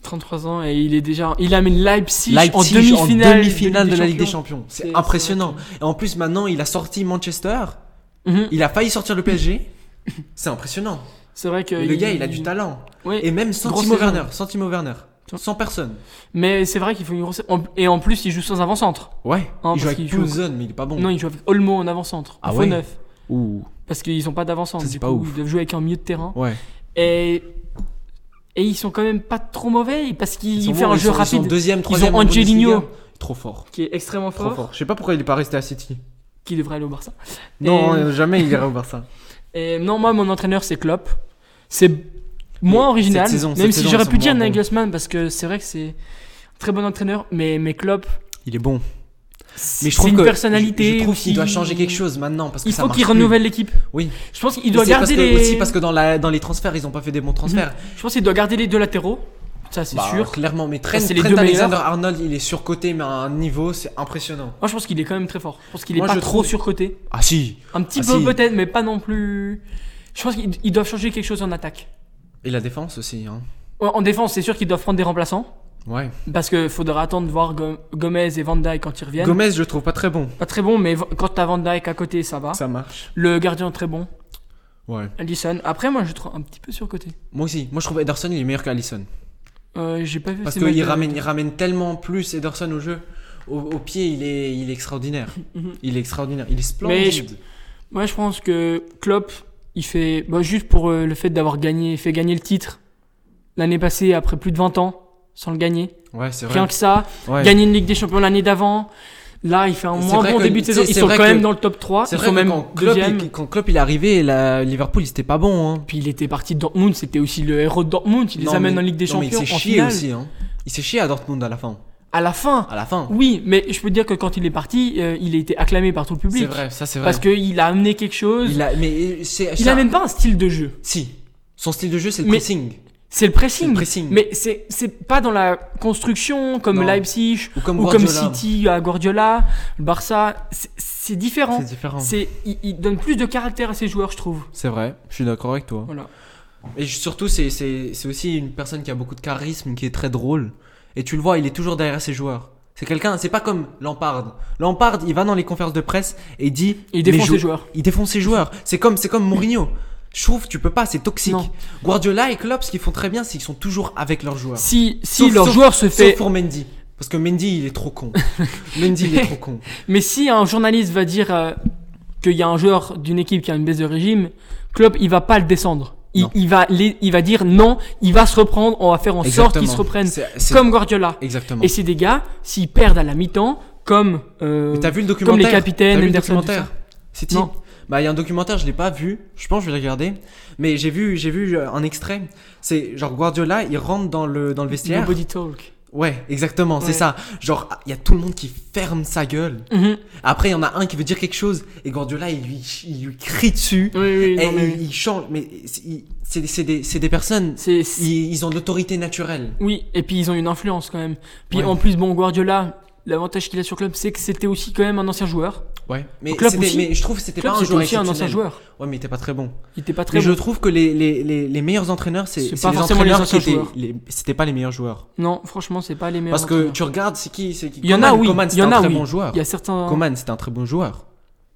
Speaker 1: 33 ans et il est déjà. Il amène Leipzig, en
Speaker 2: Leipzig en
Speaker 1: demi-finale.
Speaker 2: demi-finale de, la Ligue des Champions.
Speaker 1: C'est-
Speaker 2: C'est impressionnant. Et en plus, maintenant, il a sorti Manchester.
Speaker 1: Mhm.
Speaker 2: Il a failli sortir le PSG. C'est impressionnant.
Speaker 1: C'est vrai que.
Speaker 2: Et le gars, il a du talent.
Speaker 1: Ouais.
Speaker 2: Et même
Speaker 1: Grosse
Speaker 2: Santimo
Speaker 1: saison.
Speaker 2: Werner. Santimo Werner. Sans personne.
Speaker 1: Mais c'est vrai qu'il faut une grosse. en- Et en plus, il joue sans avant-centre.
Speaker 2: Ouais.
Speaker 1: Non,
Speaker 2: il
Speaker 1: parce
Speaker 2: joue avec
Speaker 1: qu'il joue-
Speaker 2: Poulsen, mais il est pas bon.
Speaker 1: Non, il joue avec Olmo en avant-centre.
Speaker 2: Ah
Speaker 1: en faux
Speaker 2: ouais
Speaker 1: neuf.
Speaker 2: Ouh.
Speaker 1: Parce qu'ils ont pas d'avant-centre.
Speaker 2: Ça, c'est
Speaker 1: Du
Speaker 2: pas
Speaker 1: coup,
Speaker 2: ouf.
Speaker 1: ils doivent jouer avec un milieu de terrain.
Speaker 2: Ouais.
Speaker 1: Et. Et ils sont quand même pas trop mauvais parce
Speaker 2: Ils
Speaker 1: qu'il
Speaker 2: sont
Speaker 1: fait
Speaker 2: bons,
Speaker 1: un
Speaker 2: ils
Speaker 1: jeu
Speaker 2: sont- ils sont
Speaker 1: rapide
Speaker 2: deuxième,
Speaker 1: Ils
Speaker 2: troisième
Speaker 1: ont
Speaker 2: en Bundesliga.
Speaker 1: Angelino
Speaker 2: Trop fort.
Speaker 1: qui est extrêmement
Speaker 2: Trop
Speaker 1: fort,
Speaker 2: fort. Je sais pas pourquoi il est pas resté à City.
Speaker 1: qui devrait aller au Barça.
Speaker 2: Non, euh,
Speaker 1: Et-
Speaker 2: jamais il ira au Barça.
Speaker 1: Et non, moi, mon entraîneur, c'est Klopp. C'est moins
Speaker 2: Mais
Speaker 1: original.
Speaker 2: cette saison-
Speaker 1: même
Speaker 2: cette
Speaker 1: si
Speaker 2: saison,
Speaker 1: j'aurais
Speaker 2: ils
Speaker 1: pu
Speaker 2: sont
Speaker 1: dire
Speaker 2: moins bons.
Speaker 1: Nagelsmann parce que c'est vrai que c'est un très bon entraîneur, mais mais Klopp,
Speaker 2: Il est bon.
Speaker 1: c'est une
Speaker 2: que-
Speaker 1: personnalité.
Speaker 2: Je, je trouve qu'il
Speaker 1: aussi.
Speaker 2: doit changer quelque chose maintenant parce que
Speaker 1: Il
Speaker 2: ça
Speaker 1: faut qu'il
Speaker 2: marche plus.
Speaker 1: renouvelle l'équipe.
Speaker 2: Oui.
Speaker 1: Je pense qu'il
Speaker 2: Mais
Speaker 1: doit
Speaker 2: c'est parce
Speaker 1: garder
Speaker 2: que-
Speaker 1: les. Mm.
Speaker 2: aussi parce que dans la dans les transferts ils ont pas fait des bons transferts.
Speaker 1: Je pense qu'il doit garder les deux latéraux. Ça c'est
Speaker 2: Bah,
Speaker 1: sûr.
Speaker 2: Clairement, mais Trent,
Speaker 1: Ça, c'est les deux meilleurs.
Speaker 2: Alexander Arnold, il est surcoté mais à un niveau c'est impressionnant.
Speaker 1: Moi je pense qu'il est quand même très fort. Je pense qu'il est
Speaker 2: Moi,
Speaker 1: pas
Speaker 2: je
Speaker 1: trop
Speaker 2: trouve-
Speaker 1: surcoté.
Speaker 2: Ah si,
Speaker 1: Un petit
Speaker 2: Ah,
Speaker 1: peu
Speaker 2: si.
Speaker 1: peut-être, mais pas non plus. Je pense qu'ils ils doivent changer quelque chose en attaque.
Speaker 2: et la défense aussi. Hein.
Speaker 1: En- En défense, c'est sûr qu'ils doivent prendre des remplaçants.
Speaker 2: Ouais.
Speaker 1: Parce que faudra attendre de voir Go- Gomez et Van Dyke quand ils reviennent.
Speaker 2: Gomez, je le trouve pas très bon.
Speaker 1: pas très bon, mais v- quand t'as Van Dyke à côté, ça va.
Speaker 2: Ça marche.
Speaker 1: Le gardien très bon,
Speaker 2: Ouais.
Speaker 1: Allison. Après, moi, je le trouve un petit peu surcoté. côté.
Speaker 2: Moi aussi. Moi, je trouve Ederson, il est meilleur qu'Alisson.
Speaker 1: Euh, J'ai pas vu.
Speaker 2: Parce
Speaker 1: ses matchs
Speaker 2: qu'il
Speaker 1: de-
Speaker 2: ramène, il ramène tellement plus Ederson au jeu. Au, au pied, il est, il est extraordinaire.
Speaker 1: Mhm.
Speaker 2: Il est extraordinaire. Il est
Speaker 1: Mais
Speaker 2: splendide.
Speaker 1: je- Moi, je pense que Klopp, il fait bah, juste pour euh, le fait d'avoir gagné, fait gagner le titre l'année passée après plus de 20 ans sans le gagner.
Speaker 2: Ouais, c'est
Speaker 1: Rien
Speaker 2: vrai.
Speaker 1: que ça,
Speaker 2: Ouais.
Speaker 1: gagner une Ligue des Champions l'année d'avant. Là, il fait un
Speaker 2: C'est
Speaker 1: moins
Speaker 2: vrai
Speaker 1: bon
Speaker 2: que-
Speaker 1: début de
Speaker 2: c'est-
Speaker 1: saison. Ils
Speaker 2: c'est
Speaker 1: sont quand
Speaker 2: vrai
Speaker 1: même
Speaker 2: que-
Speaker 1: dans le top 3.
Speaker 2: C'est
Speaker 1: Ils
Speaker 2: vrai
Speaker 1: sont
Speaker 2: que
Speaker 1: même
Speaker 2: quand Klopp,
Speaker 1: deuxième.
Speaker 2: il, quand Klopp, il est arrivé, la, Liverpool, c'était pas bon. Hein.
Speaker 1: Puis il était parti de Dortmund, c'était aussi le héros de Dortmund. Il les
Speaker 2: Non,
Speaker 1: amène
Speaker 2: mais-
Speaker 1: en Ligue des
Speaker 2: non, mais
Speaker 1: Champions.
Speaker 2: il s'est
Speaker 1: en
Speaker 2: chié
Speaker 1: finale.
Speaker 2: aussi. Hein. Il s'est chié à Dortmund à la fin.
Speaker 1: À la fin.
Speaker 2: À la fin.
Speaker 1: Oui, mais je peux te dire que quand il est parti, euh, il a été acclamé par tout le public.
Speaker 2: C'est vrai, ça c'est vrai.
Speaker 1: Parce qu'il a amené quelque chose. Il,
Speaker 2: il a, mais euh, c'est. ça-
Speaker 1: a même pas un style de jeu.
Speaker 2: Si. Son style de jeu, c'est le
Speaker 1: Mais-
Speaker 2: pressing.
Speaker 1: C'est le pressing.
Speaker 2: C'est le pressing.
Speaker 1: Mais c'est c'est pas dans la construction comme
Speaker 2: Non.
Speaker 1: Leipzig
Speaker 2: Ou comme
Speaker 1: ou comme
Speaker 2: Guardiola.
Speaker 1: City à Guardiola, le Barça. C'est- C'est différent.
Speaker 2: C'est différent.
Speaker 1: C'est il, il donne plus de caractère à ses joueurs, je trouve.
Speaker 2: C'est vrai, je suis d'accord avec toi.
Speaker 1: Voilà.
Speaker 2: Et je- surtout, c'est- c'est c'est aussi une personne qui a beaucoup de charisme, qui est très drôle. Et tu le vois, il est toujours derrière ses joueurs. C'est quelqu'un, c'est pas comme Lampard. Lampard, il va dans les conférences de presse et dit.
Speaker 1: Et il défonce
Speaker 2: les jou-
Speaker 1: ses joueurs.
Speaker 2: Il défonce ses joueurs. C'est comme, c'est comme Mourinho. Je trouve, tu peux pas, c'est toxique.
Speaker 1: Non.
Speaker 2: Guardiola et Klopp, ce qu'ils font très bien, c'est qu'ils sont toujours avec leurs joueurs.
Speaker 1: Si si
Speaker 2: Sauf-
Speaker 1: leur
Speaker 2: sauf-
Speaker 1: joueur se fait,
Speaker 2: Sauf pour Mendy. Parce que Mendy, il est trop con. Mendy, il est trop con.
Speaker 1: mais si un journaliste va dire euh, qu'il y a un joueur d'une équipe qui a une baisse de régime, Klopp il va pas le descendre. Il,
Speaker 2: Non.
Speaker 1: il va les- il va dire non, il va se reprendre, on va faire en sorte qu'ils se reprennent.
Speaker 2: C'est- c'est-
Speaker 1: comme Guardiola.
Speaker 2: Exactement.
Speaker 1: Et c'est des gars, s'ils perdent à la mi-temps, comme. euh,
Speaker 2: Mais t'as vu le
Speaker 1: comme
Speaker 2: documentaire
Speaker 1: les capitaines,
Speaker 2: T'as vu le
Speaker 1: Henderson,
Speaker 2: documentaire
Speaker 1: tout
Speaker 2: City
Speaker 1: Non.
Speaker 2: Bah il y a un documentaire, je l'ai pas vu. Je pense que je vais le regarder. Mais j'ai vu, j'ai vu euh, un extrait. C'est genre Guardiola, il rentre dans le dans le
Speaker 1: ça. Le
Speaker 2: vestiaire.
Speaker 1: body talk.
Speaker 2: Ouais, exactement,
Speaker 1: Ouais.
Speaker 2: c'est ça. Genre il y a tout le monde qui ferme sa gueule.
Speaker 1: Mhm.
Speaker 2: Après il y en a un qui veut dire quelque chose et Guardiola il lui il lui crie dessus.
Speaker 1: Oui, oui,
Speaker 2: Et
Speaker 1: non, mais
Speaker 2: il,
Speaker 1: oui.
Speaker 2: il change, mais c'est il- c'est des- c'est des, c'est des personnes,
Speaker 1: C'est- c'est-
Speaker 2: ils, ils ont de l'autorité naturelle.
Speaker 1: Oui, et puis ils ont une influence quand même. Puis
Speaker 2: Ouais.
Speaker 1: en plus, bon, Guardiola, l'avantage qu'il a sur Club, c'est que c'était aussi quand même un ancien joueur.
Speaker 2: Ouais. Mais,
Speaker 1: Klopp
Speaker 2: c'était-
Speaker 1: aussi.
Speaker 2: mais je trouve que c'était
Speaker 1: Club,
Speaker 2: pas un
Speaker 1: c'était
Speaker 2: joueur
Speaker 1: aussi un ancien
Speaker 2: exceptionnel.
Speaker 1: joueur.
Speaker 2: Ouais, mais t'es pas très bon.
Speaker 1: Il était pas très
Speaker 2: Mais je
Speaker 1: bon.
Speaker 2: trouve que les, les, les, les meilleurs entraîneurs, c'est
Speaker 1: C'est
Speaker 2: c'est
Speaker 1: pas
Speaker 2: les
Speaker 1: forcément
Speaker 2: entraîneurs
Speaker 1: les
Speaker 2: qui
Speaker 1: anciens
Speaker 2: étaient.
Speaker 1: joueurs.
Speaker 2: les- C'était pas les meilleurs joueurs.
Speaker 1: Non, franchement, c'est pas les meilleurs.
Speaker 2: Parce que
Speaker 1: entraîneurs.
Speaker 2: tu regardes, c'est qui, c'est qui
Speaker 1: Il y en a,
Speaker 2: Coman,
Speaker 1: oui.
Speaker 2: Coman,
Speaker 1: Il y
Speaker 2: c'était
Speaker 1: en
Speaker 2: un
Speaker 1: a,
Speaker 2: très
Speaker 1: oui.
Speaker 2: bon joueur.
Speaker 1: Il y a certains.
Speaker 2: Coman, c'était un très bon joueur.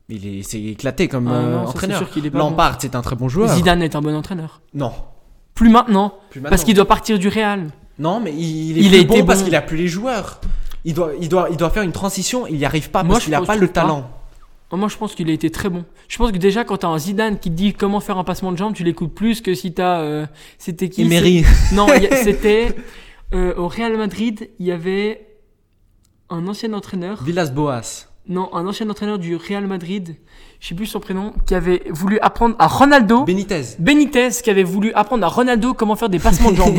Speaker 2: Il est, c'est éclaté comme
Speaker 1: Ah,
Speaker 2: euh,
Speaker 1: non, ça, c'est
Speaker 2: entraîneur.
Speaker 1: sûr qu'il est pas
Speaker 2: Lampard, c'est un très bon joueur.
Speaker 1: Zidane est un bon entraîneur.
Speaker 2: Non.
Speaker 1: Plus maintenant,
Speaker 2: Plus maintenant.
Speaker 1: parce qu'il doit partir du Real.
Speaker 2: Non, mais il,
Speaker 1: Il
Speaker 2: est
Speaker 1: a
Speaker 2: plus bon
Speaker 1: été
Speaker 2: parce
Speaker 1: bon.
Speaker 2: qu'il a plus les joueurs. Il doit, il doit, il doit faire une transition. Il n'y arrive pas
Speaker 1: Moi,
Speaker 2: parce
Speaker 1: je
Speaker 2: qu'il a
Speaker 1: pense-
Speaker 2: pas
Speaker 1: je
Speaker 2: le
Speaker 1: trouve pas.
Speaker 2: talent.
Speaker 1: Oh, Moi, je pense qu'il a été très bon. Je pense que déjà, quand t'as un Zidane qui te dit comment faire un passement de jambe, tu l'écoutes plus que si t'as. euh, C'était qui
Speaker 2: Emery.
Speaker 1: Non, il y a- c'était euh, au Real Madrid, il y avait un ancien entraîneur.
Speaker 2: Villas Boas.
Speaker 1: Non, un ancien entraîneur du Real Madrid, je sais plus son prénom, qui avait voulu apprendre à Ronaldo.
Speaker 2: Benitez.
Speaker 1: Benitez qui avait voulu apprendre à Ronaldo comment faire des passements de jambes.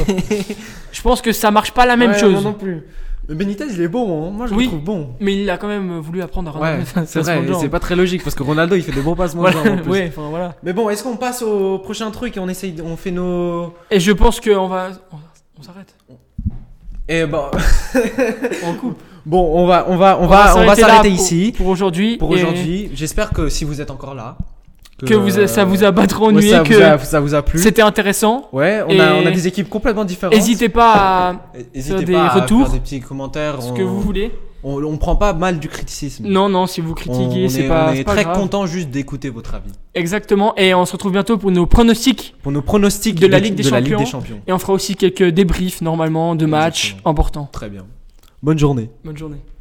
Speaker 1: je pense que ça marche pas la même
Speaker 2: Ouais,
Speaker 1: chose.
Speaker 2: moi non plus. Mais Benitez, il est bon. hein. Moi, je
Speaker 1: Oui.
Speaker 2: le trouve bon.
Speaker 1: Mais il a quand même voulu apprendre à Ronaldo.
Speaker 2: Ouais,
Speaker 1: à faire des
Speaker 2: c'est
Speaker 1: passements de
Speaker 2: vrai.
Speaker 1: jambes.
Speaker 2: C'est pas très logique parce que Ronaldo, il fait des bons passements. de
Speaker 1: Voilà,
Speaker 2: jambes en plus.
Speaker 1: ouais, enfin, voilà.
Speaker 2: Mais bon, est-ce qu'on passe au prochain truc et on essaye, on fait nos.
Speaker 1: Et je pense qu'on va on, on s'arrête.
Speaker 2: Eh ben,
Speaker 1: On coupe.
Speaker 2: bon, on va, on va, on va, on va
Speaker 1: là
Speaker 2: s'arrêter
Speaker 1: pour-
Speaker 2: ici
Speaker 1: pour aujourd'hui.
Speaker 2: pour
Speaker 1: et
Speaker 2: aujourd'hui. J'espère que si vous êtes encore là,
Speaker 1: Que vous a- ça vous a pas trop
Speaker 2: ouais,
Speaker 1: ennuyé,
Speaker 2: ça vous a,
Speaker 1: que
Speaker 2: ça vous a plu.
Speaker 1: c'était intéressant.
Speaker 2: Ouais, on a,
Speaker 1: et-
Speaker 2: on a des équipes complètement différentes.
Speaker 1: N'hésitez pas à
Speaker 2: Eh,
Speaker 1: faire
Speaker 2: Hésitez
Speaker 1: des
Speaker 2: pas à
Speaker 1: retours.
Speaker 2: faire des petits commentaires.
Speaker 1: ce
Speaker 2: on,
Speaker 1: que vous voulez.
Speaker 2: on, on prend pas mal du criticisme.
Speaker 1: Non, non, si vous
Speaker 2: On,
Speaker 1: critiquez,
Speaker 2: on
Speaker 1: c'est
Speaker 2: est,
Speaker 1: pas,
Speaker 2: on est
Speaker 1: c'est pas
Speaker 2: très
Speaker 1: grave.
Speaker 2: content juste d'écouter votre avis.
Speaker 1: Exactement. Et on se retrouve bientôt pour nos pronostics.
Speaker 2: Pour nos pronostics
Speaker 1: De la Ligue des
Speaker 2: de
Speaker 1: Champions.
Speaker 2: Champions.
Speaker 1: Et on fera aussi quelques débriefs normalement de matchs
Speaker 2: Exactement.
Speaker 1: importants.
Speaker 2: Très bien. Bonne journée.
Speaker 1: Bonne journée.